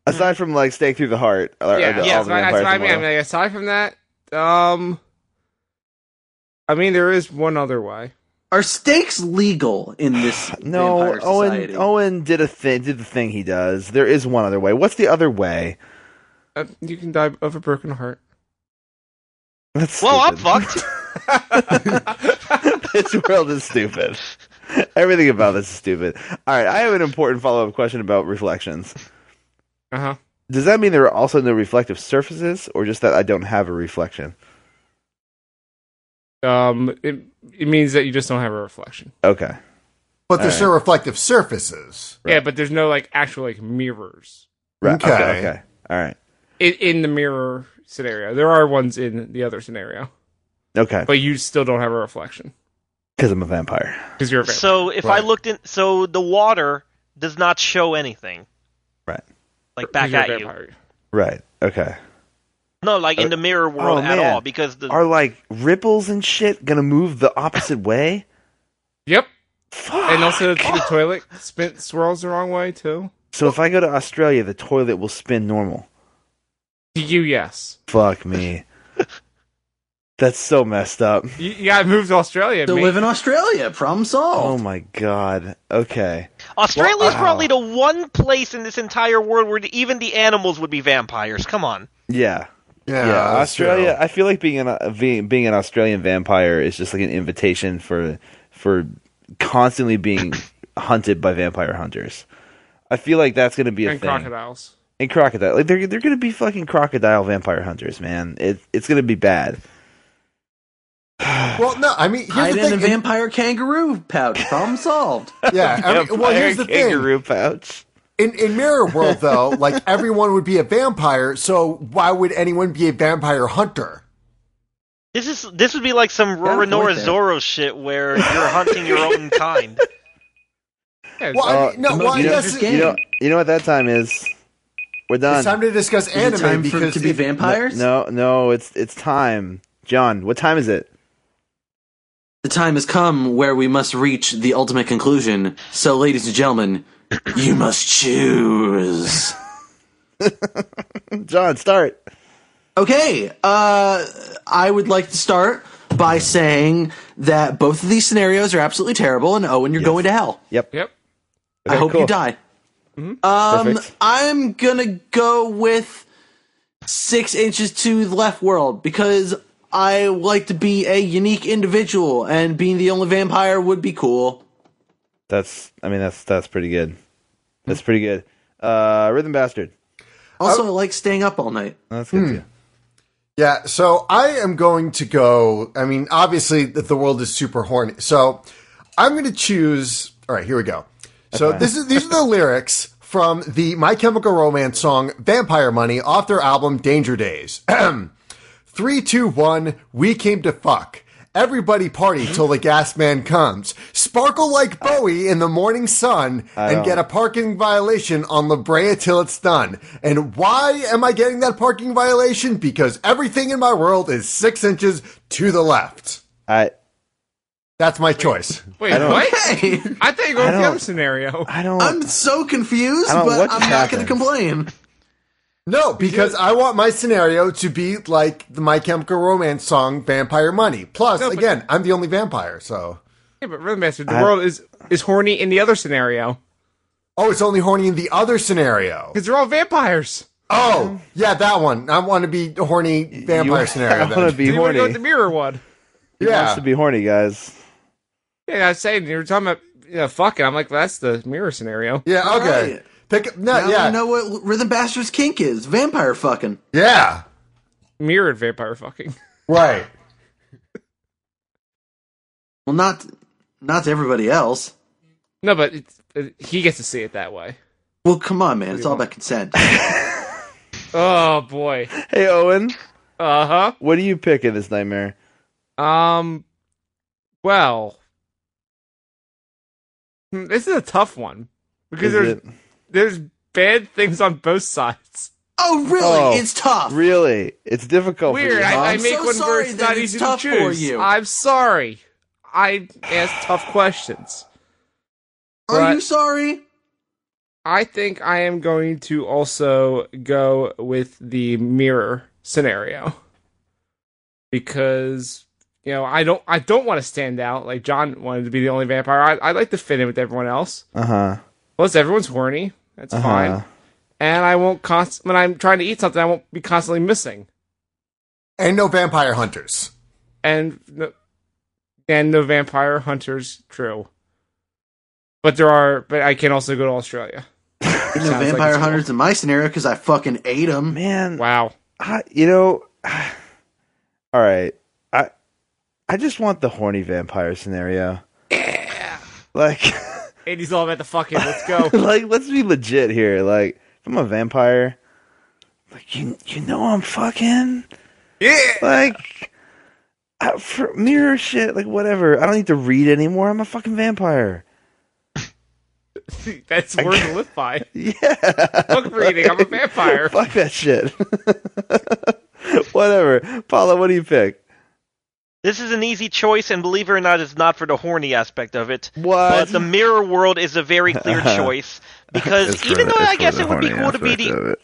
S3: Aside from like stake through the heart.
S6: yeah,
S3: Or, or Uh, the,
S6: yeah
S3: all
S6: that's,
S3: the
S6: what, that's
S3: vampires
S6: what I mean. I
S3: tomorrow.
S6: mean. like, Aside from that, um, I mean, there is one other way.
S4: Are stakes legal in this
S3: No,
S4: vampire
S3: Owen.
S4: society?
S3: Owen did a thing. Did the thing he does. There is one other way. What's the other way?
S6: Uh, you can die of a broken heart.
S3: That's
S1: Well, I'm
S3: stupid.
S1: fucked.
S3: this world is stupid. Everything about this is stupid. All right, I have an important follow up question about reflections.
S6: Uh huh.
S3: Does that mean there are also no reflective surfaces, or just that I don't have a reflection?
S6: Um, it, it means that you just don't have a reflection.
S3: Okay.
S5: But they're
S3: All right.
S5: still reflective surfaces.
S6: Yeah, but there's no like actual like mirrors
S3: Right. Okay.
S5: Okay.
S3: Okay. All right.
S6: in, in the mirror scenario. There are ones in the other scenario,
S3: Okay.
S6: but you still don't have a reflection
S3: Because I'm a vampire.
S6: because you're a vampire.
S1: So if
S5: Right.
S1: I looked in, so the water does not show anything.
S3: Right.
S1: Like
S6: 'Cause
S1: back
S6: you're a
S1: at you.
S6: vampire.
S3: Right. Okay.
S1: No, like in the mirror world
S3: oh,
S1: at
S3: man.
S1: all, because the
S3: Are like ripples and shit gonna move the opposite way?
S6: Yep.
S3: Fuck.
S6: And also the toilet spin swirls the wrong way too.
S3: so if I go to Australia, the toilet will spin normal.
S6: To you, yes.
S3: Fuck me. That's so messed up.
S6: You, you gotta move to Australia.
S4: to
S6: mate.
S4: live in Australia. Problem
S3: Oh
S4: solved.
S3: my god. Okay.
S1: Australia is
S3: Wow.
S1: probably the one place in this entire world where even the animals would be vampires. Come on.
S3: Yeah.
S5: Yeah,
S3: Yeah,
S5: that's
S3: Australia.
S5: true.
S3: I feel like being an being, being an Australian vampire is just like an invitation for for constantly being hunted by vampire hunters. I feel like that's going to be a
S6: and
S3: thing.
S6: crocodiles.
S3: And crocodile, like they're they're going to be fucking crocodile vampire hunters, man. It it's going to be bad.
S5: Well, no, I mean, here's
S4: Hide
S5: the
S4: in
S5: thing.
S4: a vampire kangaroo pouch. Problem solved.
S5: yeah, I mean, well,
S3: Vampire
S5: here's the thing.
S3: kangaroo pouch.
S5: In, in Mirror World, though, like everyone would be a vampire, so why would anyone be a vampire hunter?
S1: This is this would be like some
S4: point
S1: Roronora
S4: there.
S1: Zoro shit where you're hunting your own kind.
S6: Yeah,
S5: Well, I
S3: Uh,
S5: mean, no,
S4: the
S5: well, I
S4: most
S3: you, know,
S5: guess
S4: dangerous
S5: it-
S3: you know you know what that time is. We're done.
S5: it's time to discuss
S4: Is
S5: anime
S4: it time for,
S5: because
S4: to be
S5: it-
S4: vampires?
S3: No, no, it's it's time, John. What time is it?
S4: The time has come where we must reach the ultimate conclusion. So, ladies and gentlemen, you must choose.
S3: John, start.
S4: Okay, uh, I would like to start by saying that both of these scenarios are absolutely terrible, and Owen, you're going to hell.
S6: Yep.
S4: I
S3: Okay,
S4: hope
S3: cool.
S4: you die. Um,
S3: Perfect.
S4: I'm gonna go with six inches to the left world because I like to be a unique individual, and being the only vampire would be cool.
S3: That's I mean that's that's pretty good. That's pretty good. Uh Rhythm Bastard.
S4: Also,
S3: Oh.
S4: I like staying up all night.
S3: That's
S6: Hmm.
S3: good too.
S5: Yeah, so I am going to go. I mean, obviously, the, the world is super horny. So I'm going to choose. All right, here we go. So this is these are the lyrics from the My Chemical Romance song "Vampire Money" off their album "Danger Days." Three, two, one. We came to fuck. Everybody party till the gas man comes. Sparkle like Bowie in the morning sun and get a parking violation on La Brea till it's done. And why am I getting that parking violation? Because everything in my world is six inches to the left.
S3: I
S5: That's my choice.
S6: Wait,
S3: don't-
S6: what?
S4: Hey,
S6: I thought you were going with the
S3: I don't-
S6: other scenario.
S3: I don't.
S4: I'm so confused,
S3: I don't know
S4: but
S3: what
S4: I'm
S3: just
S4: not going
S3: happened.
S4: to complain.
S5: No, because I want my scenario to be like the My Chemical Romance song "Vampire Money." Plus,
S6: No, but-
S5: again, I'm the only vampire, so
S6: Yeah, but Rhythm Master, the
S3: I-
S6: world is is horny in the other scenario
S5: oh, it's only horny in the other scenario.
S6: because they're all vampires.
S5: Oh, yeah, that one. I want to be the horny vampire scenario.
S3: I want to
S5: Then.
S3: be
S6: You want to
S3: horny.
S6: go with the mirror one?
S3: He wants
S5: yeah,
S3: to be horny, guys.
S6: Yeah, I was saying you were talking about you know, fucking. I'm like, well, that's the mirror scenario.
S5: yeah. Okay,
S4: Right.
S5: pick up. No,
S4: Now
S5: yeah,
S4: I know what Rhythm Bastard's kink is. Vampire fucking.
S5: yeah.
S6: Mirrored vampire fucking.
S5: Right.
S4: Well, not not to everybody else.
S6: No, but it's, it, he gets to see it that way.
S4: Well, come on, man. It's all about consent.
S6: Oh boy.
S3: Hey, Owen,
S6: Uh
S3: what do you pick in this nightmare?
S6: huh. Um. Well, Hmm, this is a tough one because
S3: Is
S6: there's
S3: it
S6: there's bad things on both sides.
S4: Oh, really?
S3: Oh,
S4: it's tough.
S3: really? It's difficult. Oh, for
S6: Weird.
S3: you.
S6: I, I
S4: I'm
S6: make
S4: so
S6: one where
S4: sorry
S6: it's
S4: that
S6: not
S4: it's
S6: easy
S4: tough
S6: to
S4: for
S6: choose.
S4: you.
S6: I'm sorry. I ask tough questions.
S4: Are
S6: but-
S4: you sorry?
S6: I think I am going to also go with the mirror scenario because you know I don't I don't want to stand out like John wanted to be the only vampire. I, I like to fit in with everyone else.
S3: Uh-huh.
S6: Plus, everyone's horny. That's
S3: Uh-huh.
S6: fine. And I won't const- when I'm trying to eat something. I won't be constantly missing.
S5: And no vampire hunters.
S6: and no, and the vampire hunters true but there are but i can also go to australia
S4: You know,
S6: Sounds like
S4: vampire
S6: it's
S4: hunters in my scenario because I fucking ate them.
S3: Man,
S6: wow
S3: I, you know, all right. I I just want the horny vampire scenario. Like,
S6: and he's all about the fucking let's go
S3: like let's be legit here. Like, if I'm a vampire, like you you know I'm fucking
S2: Yeah.
S3: like I, for mirror shit, like whatever. I don't need to read anymore. I'm a fucking vampire.
S6: that's word to live by
S3: Yeah.
S6: book reading i'm a vampire
S3: Fuck that shit. whatever. Paula, what do you pick?
S1: This is an easy choice, and believe it or not, it's not for the horny aspect of it.
S3: What?
S1: But the mirror world is a very clear choice because even though I guess it would be cool to be the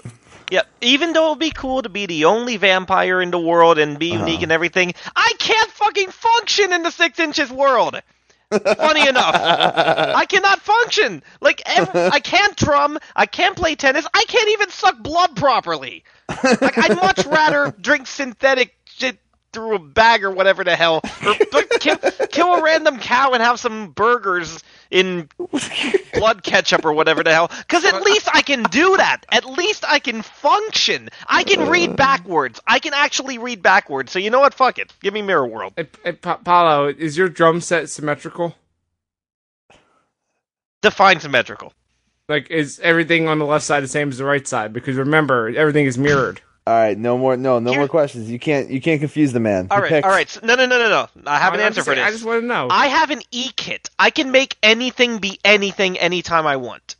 S1: yeah, even though it would be cool to be the only vampire in the world and be unique and everything, I can't fucking function in the six inches world. Funny enough, I cannot function. Like ev- I can't drum, I can't play tennis, I can't even suck blood properly. Like I'd much rather drink synthetic shit through a bag or whatever the hell, or like, kill, kill a random cow and have some burgers in blood ketchup or whatever the hell. Because at least I can do that. At least I can function. I can read backwards. I can actually read backwards. So you know what? Fuck it. Give me Mirror World.
S6: Hey, hey, Pa- Paolo, is your drum set symmetrical
S1: Define symmetrical.
S6: like is everything on the left side the same as the right side because remember everything is mirrored
S3: All right, no more, no, no
S1: Here-
S3: more questions. You can't, you can't confuse the man.
S1: All
S3: He
S1: right.
S3: picked-
S1: All right. So, no, no, no, no, no. I have an
S6: I'm
S1: answer
S6: just
S1: for
S6: saying-
S1: this.
S6: i just want to know
S1: I have an e kit. I can make anything be anything anytime I want.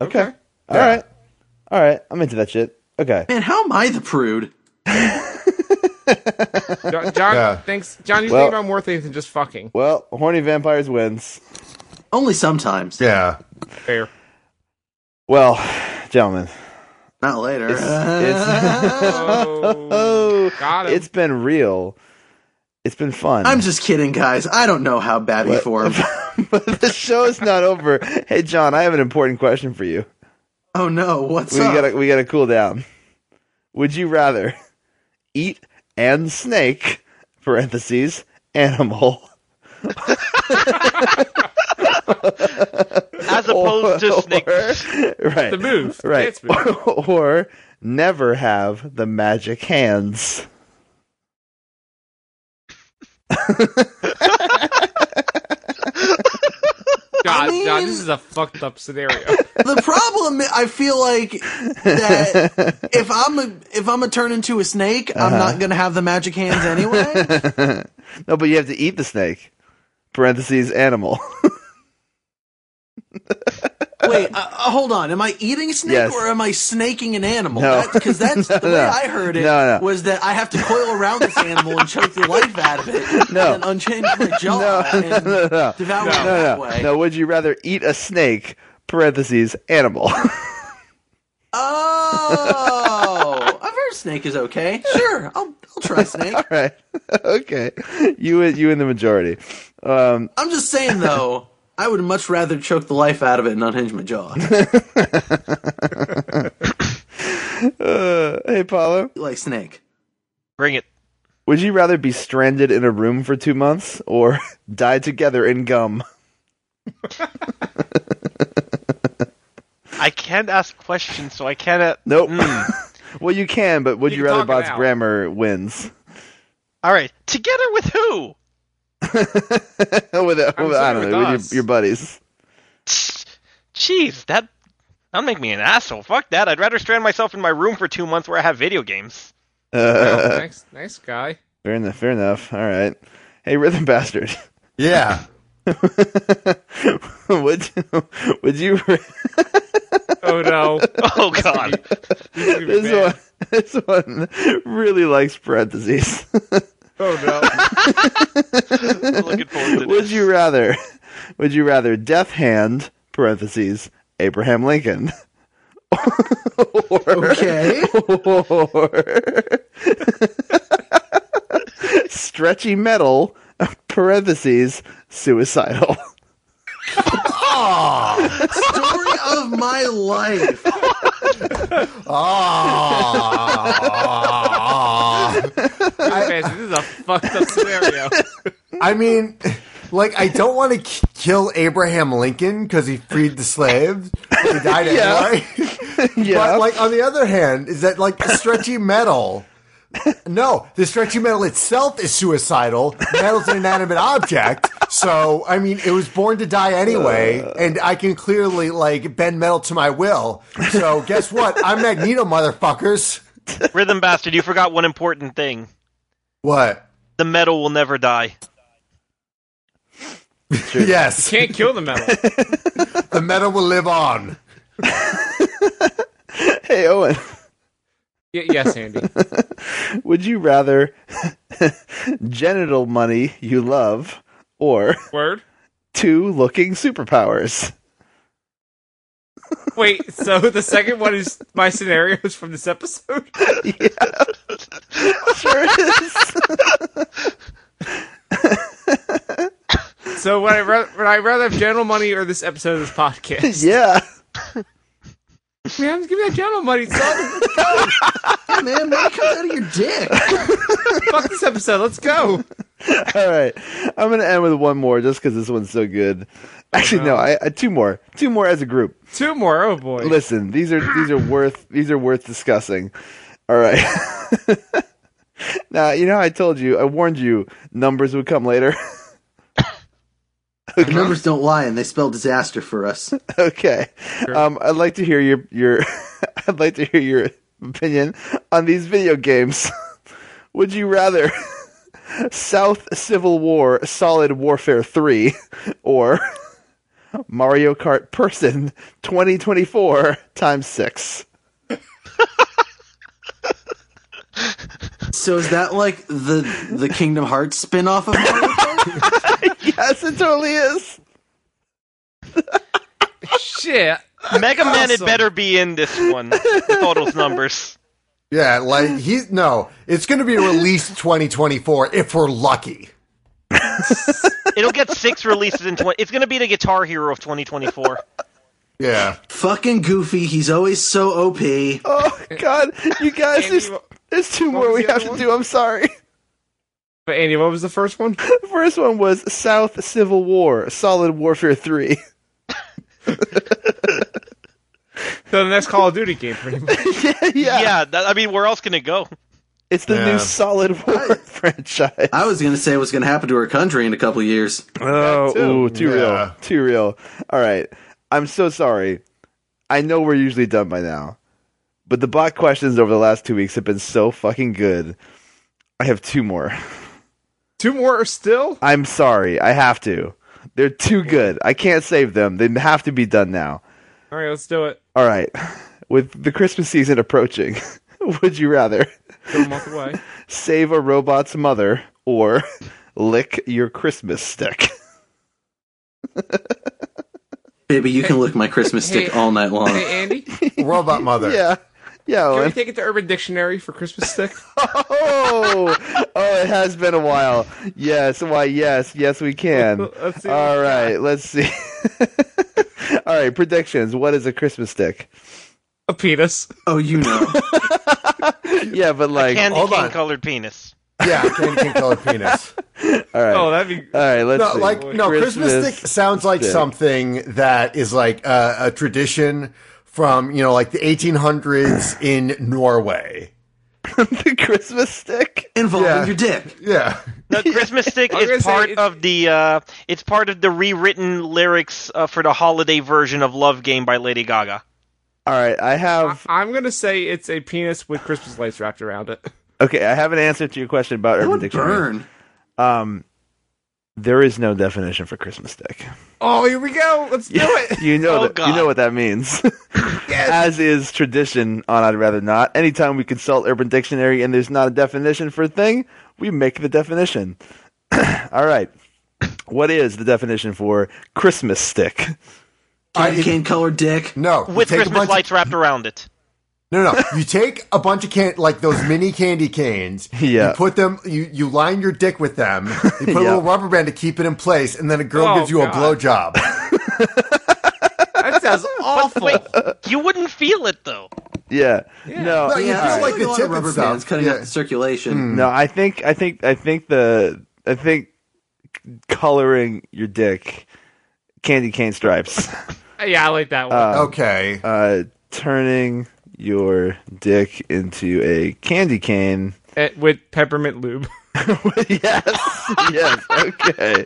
S3: Okay.
S6: Okay.
S3: All right. All right. I'm into that shit. Okay.
S4: Man, how am I the prude?
S6: Jo- john
S5: Yeah.
S6: thinks john you
S3: Well-
S6: think about more things than just fucking
S3: Well, horny vampires wins.
S4: Only sometimes.
S5: Yeah.
S6: fair
S3: Well, gentlemen,
S4: Not later.
S3: it's
S6: oh, got him.
S3: it's, it's been real. It's been fun.
S4: I'm just kidding, guys. I don't know how badly
S3: What?
S4: formed.
S3: but the show is not over. Hey, John, I have an important question for you.
S4: Oh no, what's
S3: We
S4: up?
S3: gotta, we gotta cool down. Would you rather eat and snake (parentheses animal)
S1: As opposed to snake.
S3: or- right?
S6: the move the
S3: Right.
S6: dance move.
S3: or never have the magic hands.
S6: God,
S4: I mean-
S6: John, this is a fucked up scenario.
S4: the problem i- I feel like that if I'm a if I'm a turn into a snake, I'm
S3: Uh-huh.
S4: not gonna have the magic hands anyway.
S3: No, but you have to eat the snake. Parentheses animal.
S4: Wait, uh, uh, hold on. Am I eating a snake
S3: Yes.
S4: or am I snaking an animal?
S3: No.
S4: Because that's the
S3: No,
S4: way
S3: no.
S4: I heard it
S3: No, no.
S4: was that I have to coil around this animal and choke the life out of it,
S3: No.
S4: and then unchange my jaw
S3: No,
S4: and
S3: no, no.
S4: devour it
S3: no,
S4: that
S3: no,
S4: way.
S3: no. Would you rather eat a snake? Parentheses animal.
S4: Oh, I've heard snake is okay. Sure, I'll, I'll try snake.
S3: All right. okay. You you in the majority. Um,
S4: I'm just saying though, I would much rather choke the life out of it and unhinge my jaw.
S3: uh, hey, Paulo.
S4: like snake.
S1: Bring it.
S3: Would you rather be stranded in a room for two months or die together in gum?
S1: I can't ask questions, so I cannot.
S3: Nope.
S1: Mm.
S3: well, you can, but would
S6: Hmm. You
S3: you,
S6: can
S3: rather
S6: talk it
S3: Bot's
S6: out.
S3: grammar wins?
S1: All right, together with who?
S3: with, with I
S6: assuming with
S3: don't know, with
S6: us.
S3: your, your buddies.
S1: Jeez, that that'll make me an asshole. Fuck that. I'd rather strand myself in my room for two months where I have video games.
S6: Wow,
S3: Uh,
S6: nice, nice guy.
S3: fair enough. Fair enough. All right. Hey, rhythm bastard.
S5: Yeah.
S3: would you, would you
S6: Oh no,
S1: Oh god.
S6: He's gonna be
S3: this
S6: mad.
S3: one this one really likes parentheses.
S6: Oh
S1: I'm looking forward to
S3: would
S1: this.
S3: you rather would you rather death hand parentheses Abraham Lincoln or,
S4: Okay.
S3: or stretchy metal parentheses suicidal.
S4: Story of my life.
S5: Ah. Oh.
S6: no, This is- this is a fucked up scenario.
S5: I mean, like, I don't want to k- kill Abraham Lincoln because he freed the slaves. He died
S3: Yeah.
S5: anyway.
S3: yeah.
S5: But like on the other hand, is that like stretchy metal? No, the stretchy metal itself is suicidal. Metal's an inanimate object, so I mean, it was born to die anyway,
S3: Uh.
S5: and I can clearly like bend metal to my will. So guess what? I'm Magneto, motherfuckers.
S1: Rhythm bastard, you forgot one important thing.
S5: What?
S1: The metal will never die.
S5: Yes,
S6: Can't kill the metal.
S5: the metal will live on.
S3: hey Owen.
S6: Y- yes, Andy.
S3: Would you rather genital money you love or
S6: Word.
S3: two looking superpowers?
S6: Wait. So the second one is my scenarios from this episode.
S3: Sure is.
S6: So would I rather, would I rather have general money or this episode of this podcast?
S3: yeah.
S6: Man, I'm just giving that general money. Son.
S4: Hey, man, money comes out of your dick.
S6: Fuck this episode. Let's go.
S3: All right. I'm going to end with one more just because this one's so good. Actually, no, I, I, two more. Two more as a group.
S6: Two more. Oh boy.
S3: Listen, these are these are worth these are worth discussing. All right. now, you know how I told you, I warned you numbers would come later.
S4: The numbers don't lie, and they spell disaster for us.
S3: Okay. Um, I'd like to hear your your I'd like to hear your opinion on these video games. Would you rather South Civil War Solid Warfare 3 or Mario Kart Person 2024 times 6?
S4: So is that like the the Kingdom Hearts spin-off of Mario Kart?
S3: Yes, it totally is.
S6: Oh, Shit.
S1: Mega Man had
S6: Awesome.
S1: better be in this one with all those numbers.
S5: Yeah, like he's no. It's going to be released 2024 if we're lucky.
S1: It'll get six releases in twenty. It's gonna be the Guitar Hero of 2024.
S5: Yeah.
S4: Fucking Goofy, he's always so OP.
S3: Oh god, you guys there's,
S6: Andy,
S3: there's two more
S6: was
S3: we
S6: the
S3: have
S6: other
S3: to
S6: one?
S3: do. I'm sorry.
S6: But Andy, what was the first one?
S3: The first one was South Civil War Solid Warfare 3.
S6: So the next Call of Duty game, pretty much.
S1: Yeah, that, I mean, where else can it go?
S3: It's the
S5: Yeah.
S3: new Solid War franchise.
S4: I was gonna say what's gonna happen to our country in a couple years.
S3: Oh,
S6: too.
S3: ooh, too
S5: Yeah.
S3: real, too real. All right, I'm so sorry. I know we're usually done by now, but the bot questions over the last two weeks have been so fucking good. I have two more.
S6: Two more still.
S3: I'm sorry, I have to. They're too good. I can't save them. They have to be done now.
S6: All All right, let's do it.
S3: All right. With the Christmas season approaching, would you rather
S6: Go a month away.
S3: save a robot's mother or lick your Christmas stick?
S4: Baby, you can lick my Christmas stick
S6: Hey.
S4: all night long.
S6: Hey, Andy, can
S5: Robot mother.
S3: yeah. Yeah,
S6: we
S3: Owen.
S6: take it to Urban Dictionary for Christmas stick?
S3: Oh, oh, it has been a while. Yes, why? Yes, yes, we can.
S6: Let's see.
S3: All right, let's see. All right, predictions. What is a Christmas stick?
S6: A penis.
S4: Oh, you know.
S3: Yeah, but like,
S1: Candy
S5: hold
S1: cane
S5: on.
S1: colored penis.
S5: Yeah, candy cane colored penis.
S3: all right,
S6: Oh, that'd be.
S3: all right. Let's
S5: No,
S3: see.
S5: like no Christmas, stick sounds like
S3: stick.
S5: something that is like a, a tradition from you know like the 1800s in Norway.
S3: the Christmas stick.
S4: Involving
S5: Yeah.
S4: your dick.
S5: Yeah,
S1: The Christmas stick
S6: was gonna
S1: is
S6: say,
S1: part
S6: it's-
S1: of the uh, it's part of the rewritten lyrics uh, for the holiday version of Love Game by Lady Gaga.
S3: All right, I
S6: I-
S3: have.
S6: I'm gonna say it's a penis with Christmas lights wrapped around it.
S3: Okay, I have an answer to your question about
S4: That
S3: Urban
S4: would
S3: Dictionary.
S4: burn.
S3: Um, there is no definition for Christmas stick.
S6: Oh, here we go. Let's do it.
S3: You know
S1: Oh,
S3: that, you
S1: God.
S3: know what that means. As is tradition on I'd rather not. Anytime we consult Urban Dictionary and there's not a definition for a thing, we make the definition. All right. What is the definition for Christmas stick?
S4: Candy cane colored dick.
S5: no. you
S1: With
S5: take a
S1: Christmas
S5: bunch-
S1: lights wrapped around it.
S5: No, no. You take a bunch of can like those mini candy canes.
S3: Yeah.
S5: You put them. You you line your dick with them. You put a little rubber band to keep it in place, and then a girl
S6: Oh,
S5: gives you a
S6: God.
S5: blowjob.
S6: That sounds awful.
S1: Wait, you wouldn't feel it though.
S3: Yeah. No.
S5: No, you
S4: Yeah,
S5: feel
S4: it's
S5: like
S4: like
S5: the
S4: a lot of
S5: tip and
S4: rubber
S5: stuff.
S4: bands cutting
S5: Yeah.
S4: up the circulation.
S3: No, I think I think I think the I think coloring your dick candy cane stripes.
S6: Yeah, I like that one.
S5: Okay.
S3: Uh turning your dick into a candy cane
S6: Eh, with peppermint lube.
S3: yes, yes, okay,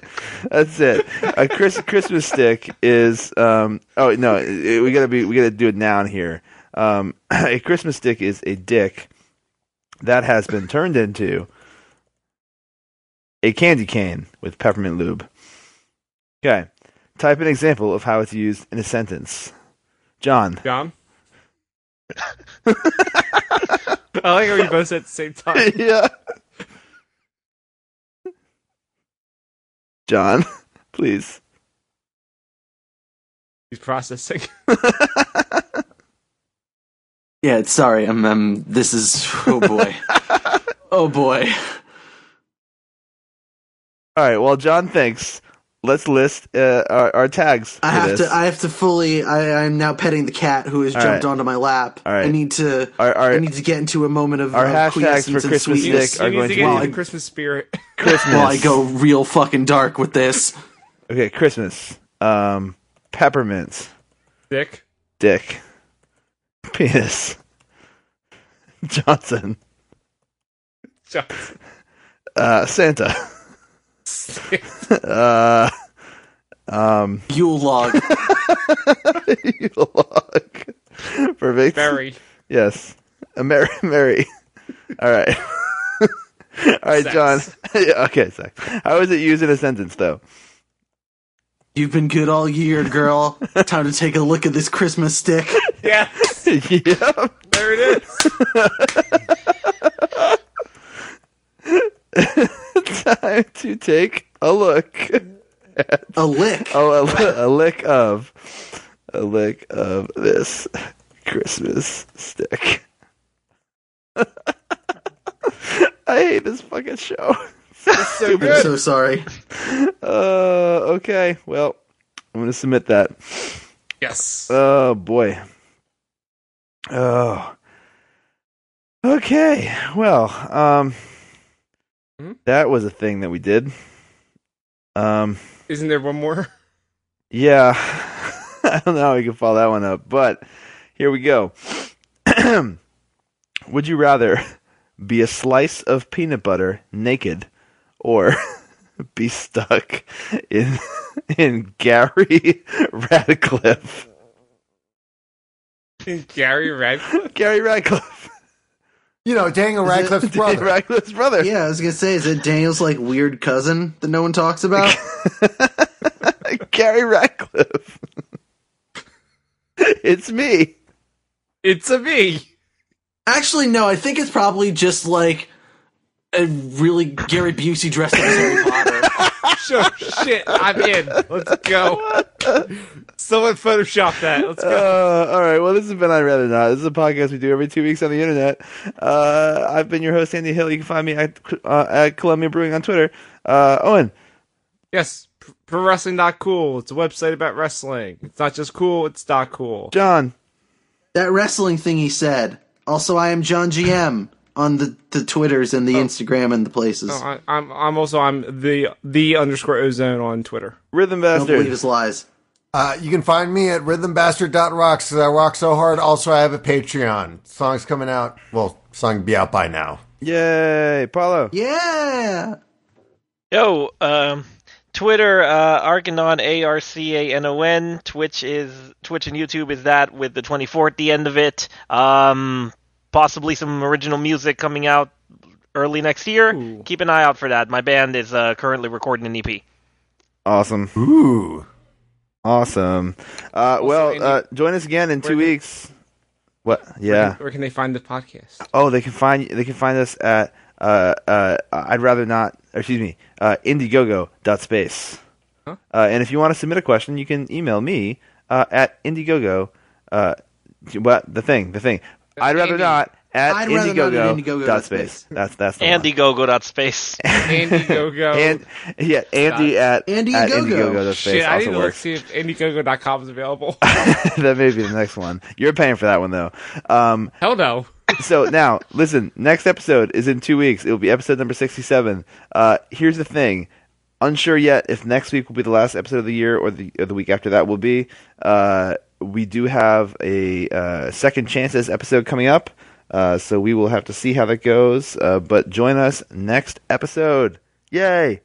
S3: that's it. A Chris, Christmas stick is um. Oh no, it- we gotta be we gotta do it noun here. Um, a Christmas stick is a dick that has been turned into a candy cane with peppermint lube. Okay, type an example of how it's used in a sentence. John,
S6: John. I like how we both said at the same time.
S3: yeah, John, please.
S6: He's processing.
S4: Yeah, sorry. I'm, I'm. This is. Oh boy. oh boy.
S3: All right. Well, John, thanks. Let's list uh, our, our tags.
S4: I
S3: for
S4: have
S3: this.
S4: to. I have to fully. I, I'm now petting the cat who has
S3: All
S4: jumped
S3: right.
S4: onto my lap.
S3: All right.
S4: I need to.
S3: our our,
S4: I need to get into a moment of
S3: our
S4: of
S3: hashtags for
S4: quiescence and
S3: Christmas
S6: You,
S4: sweetness.
S3: Nick
S6: you need
S3: are going
S6: to
S3: to
S6: get into
S3: be-
S6: the Christmas spirit.
S3: Christmas.
S4: While I go real fucking dark with this.
S3: Okay, Christmas. Um, peppermint,
S6: Dick.
S3: dick, penis, Johnson,
S6: John.
S3: uh, Santa, uh, um,
S4: Yule log.
S3: log. perfect.
S6: Barry.
S3: Yes, Uh, Mary. Mary. All right. All right,
S6: Sex.
S3: John. yeah, okay, sex. How is it used in a sentence, though?
S4: You've been good all year, girl. Time to take a look at this Christmas stick.
S6: Yeah,
S3: yeah.
S6: there it is.
S3: time to take a look.
S4: A lick.
S3: Oh, a, li- a lick of, a lick of this Christmas stick. I hate this fucking show.
S6: So
S4: I'm
S6: good.
S4: so sorry.
S3: Uh, okay, well, I'm gonna submit that.
S6: Yes.
S3: Oh boy. Oh. Okay. Well, um,
S6: Hmm?
S3: that was a thing that we did. Um.
S6: Isn't there one more?
S3: Yeah, I don't know how we can follow that one up, but here we go. Would you rather be a slice of peanut butter naked or be stuck in in Gary Radcliffe?
S6: Gary Radcliffe.
S3: Gary Radcliffe,
S5: You know, Daniel
S4: Is it-
S5: Radcliffe's brother.
S3: Radcliffe's brother.
S4: Yeah, I was gonna say, is it Daniel's like weird cousin that no one talks about?
S3: Gary Radcliffe. it's me.
S6: It's a me.
S4: Actually, no. I think it's probably just like a really Gary Busey dressed up as Harry Potter.
S6: Sure, shit, I'm in. Let's go. Someone photoshopped that. Let's go.
S3: Uh, all right. Well, this has been I'd Rather Not. This is a podcast we do every two weeks on the internet. Uh, I've been your host, Andy Hill. You can find me at, uh, at Columbia Brewing on Twitter. Uh, Owen.
S6: Yes, P- Pro Wrestling Not Cool. It's a website about wrestling. It's not just cool, it's not cool.
S3: John.
S4: that wrestling thing he said. Also, I am John GM on the the Twitters and the Instagram and the places.
S6: No, I, I'm, I'm also I'm the the underscore ozone on Twitter.
S3: Rhythm
S4: Don't believe
S3: Bastard.
S4: his lies.
S5: Uh, you can find me at rhythmbastard.rocks because I rock so hard. Also, I have a Patreon. Song's coming out. Well, song be out by now.
S3: Yay. Paulo.
S4: Yeah.
S1: Yo, um, Twitter, uh, Arcanon, A R C A N O N. Twitch is Twitch and YouTube is that with the 24 at the end of it. Um, possibly some original music coming out early next year. Keep an eye out for that. My band is uh, currently recording an EP.
S3: Awesome.
S5: Ooh.
S3: Awesome. Uh, well, uh, join us again in two weeks. What? Yeah.
S6: Where can they find the podcast?
S3: Oh, they can find they can find us at uh, uh, I'd rather not. Or excuse me, uh, Indiegogo.space.
S6: Huh?
S3: Uh, and if you want to submit a question, you can email me uh, at Indiegogo. Uh, what the thing? The thing. I'd rather
S6: Andy.
S3: not at
S4: I'd rather not at
S3: Indiegogo. Dot space.
S4: Indiegogo.space.
S3: That's that's the one.
S1: Andygogo.space.
S6: Indiegogo.
S3: And yeah, Andy at at
S4: Indiegogo.
S3: Indiegogo.space
S6: Shit, I need
S3: also
S6: to look
S3: works.
S6: see if Indiegogo.com is available.
S3: that may be the next one. You're paying for that one though. Um,
S6: Hell no.
S3: so now listen next episode is in two weeks it'll be episode number 67 uh, here's the thing unsure yet if next week will be the last episode of the year or the, or the week after that will be uh, we do have a uh, second chances episode coming up uh, so we will have to see how that goes uh, but join us next episode yay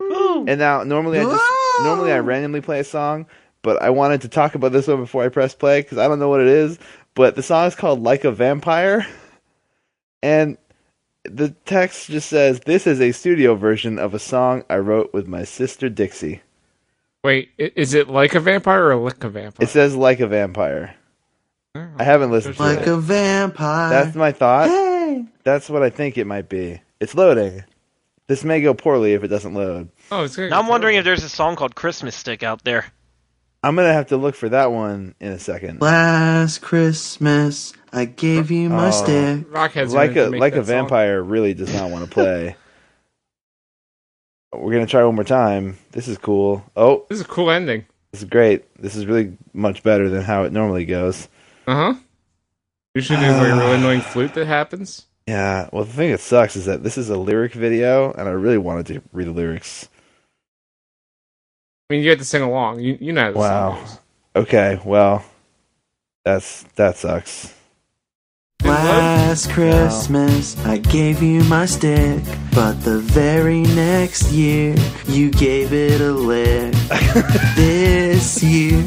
S3: and now normally i just normally i randomly play a song but i wanted to talk about this one before i press play because i don't know what it is but the song is called Like a Vampire. And the text just says, This is a studio version of a song I wrote with my sister Dixie.
S6: Wait, i- is it like a vampire or lick a vampire?
S3: It says Like a Vampire. I haven't listened to
S4: Like
S3: it.
S4: a vampire.
S3: That's my thought.
S4: hey.
S3: That's what I think it might be. It's loading. This may go poorly if it doesn't load.
S6: oh, it's good.
S1: Now I'm wondering if there's a song called Christmas Stick out there.
S3: I'm going to have to look for that one in a second.
S4: Last Christmas, I gave you my stick.
S6: Rockheads are
S3: like
S6: gonna
S3: a
S6: make
S3: like
S6: that
S3: a vampire really does not want to play. We're gonna try one more time. This is cool. Oh,
S6: Song. This is a cool ending.
S3: This is great. This is really much better than how it normally goes.
S6: Uh huh. You should do like a really annoying flute that happens.
S3: Yeah. Well, the thing that sucks is that this is a lyric video, and I really wanted to read the lyrics.
S6: I mean, you have to sing along. You, you know how this song
S3: Wow.
S6: goes.
S3: Okay. Well, that's that sucks.
S4: Last Christmas, I gave you my stick, but the very next year, you gave it a lick. this year,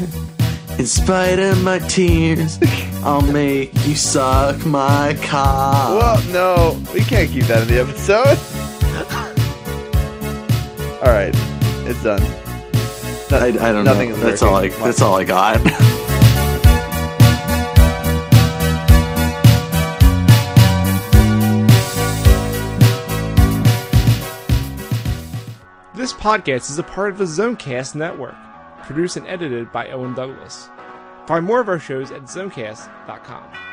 S4: in spite of my tears, I'll make you suck my cock.
S3: Well, Oh, no, we can't keep that in the episode. all right, it's done.
S4: I, I don't
S3: Nothing
S4: know.
S3: is
S4: That's all I.
S3: working.
S4: That's all I got.
S6: This podcast is a part of the Zonecast Network, produced and edited by Owen Douglas. Find more of our shows at zonecast.com.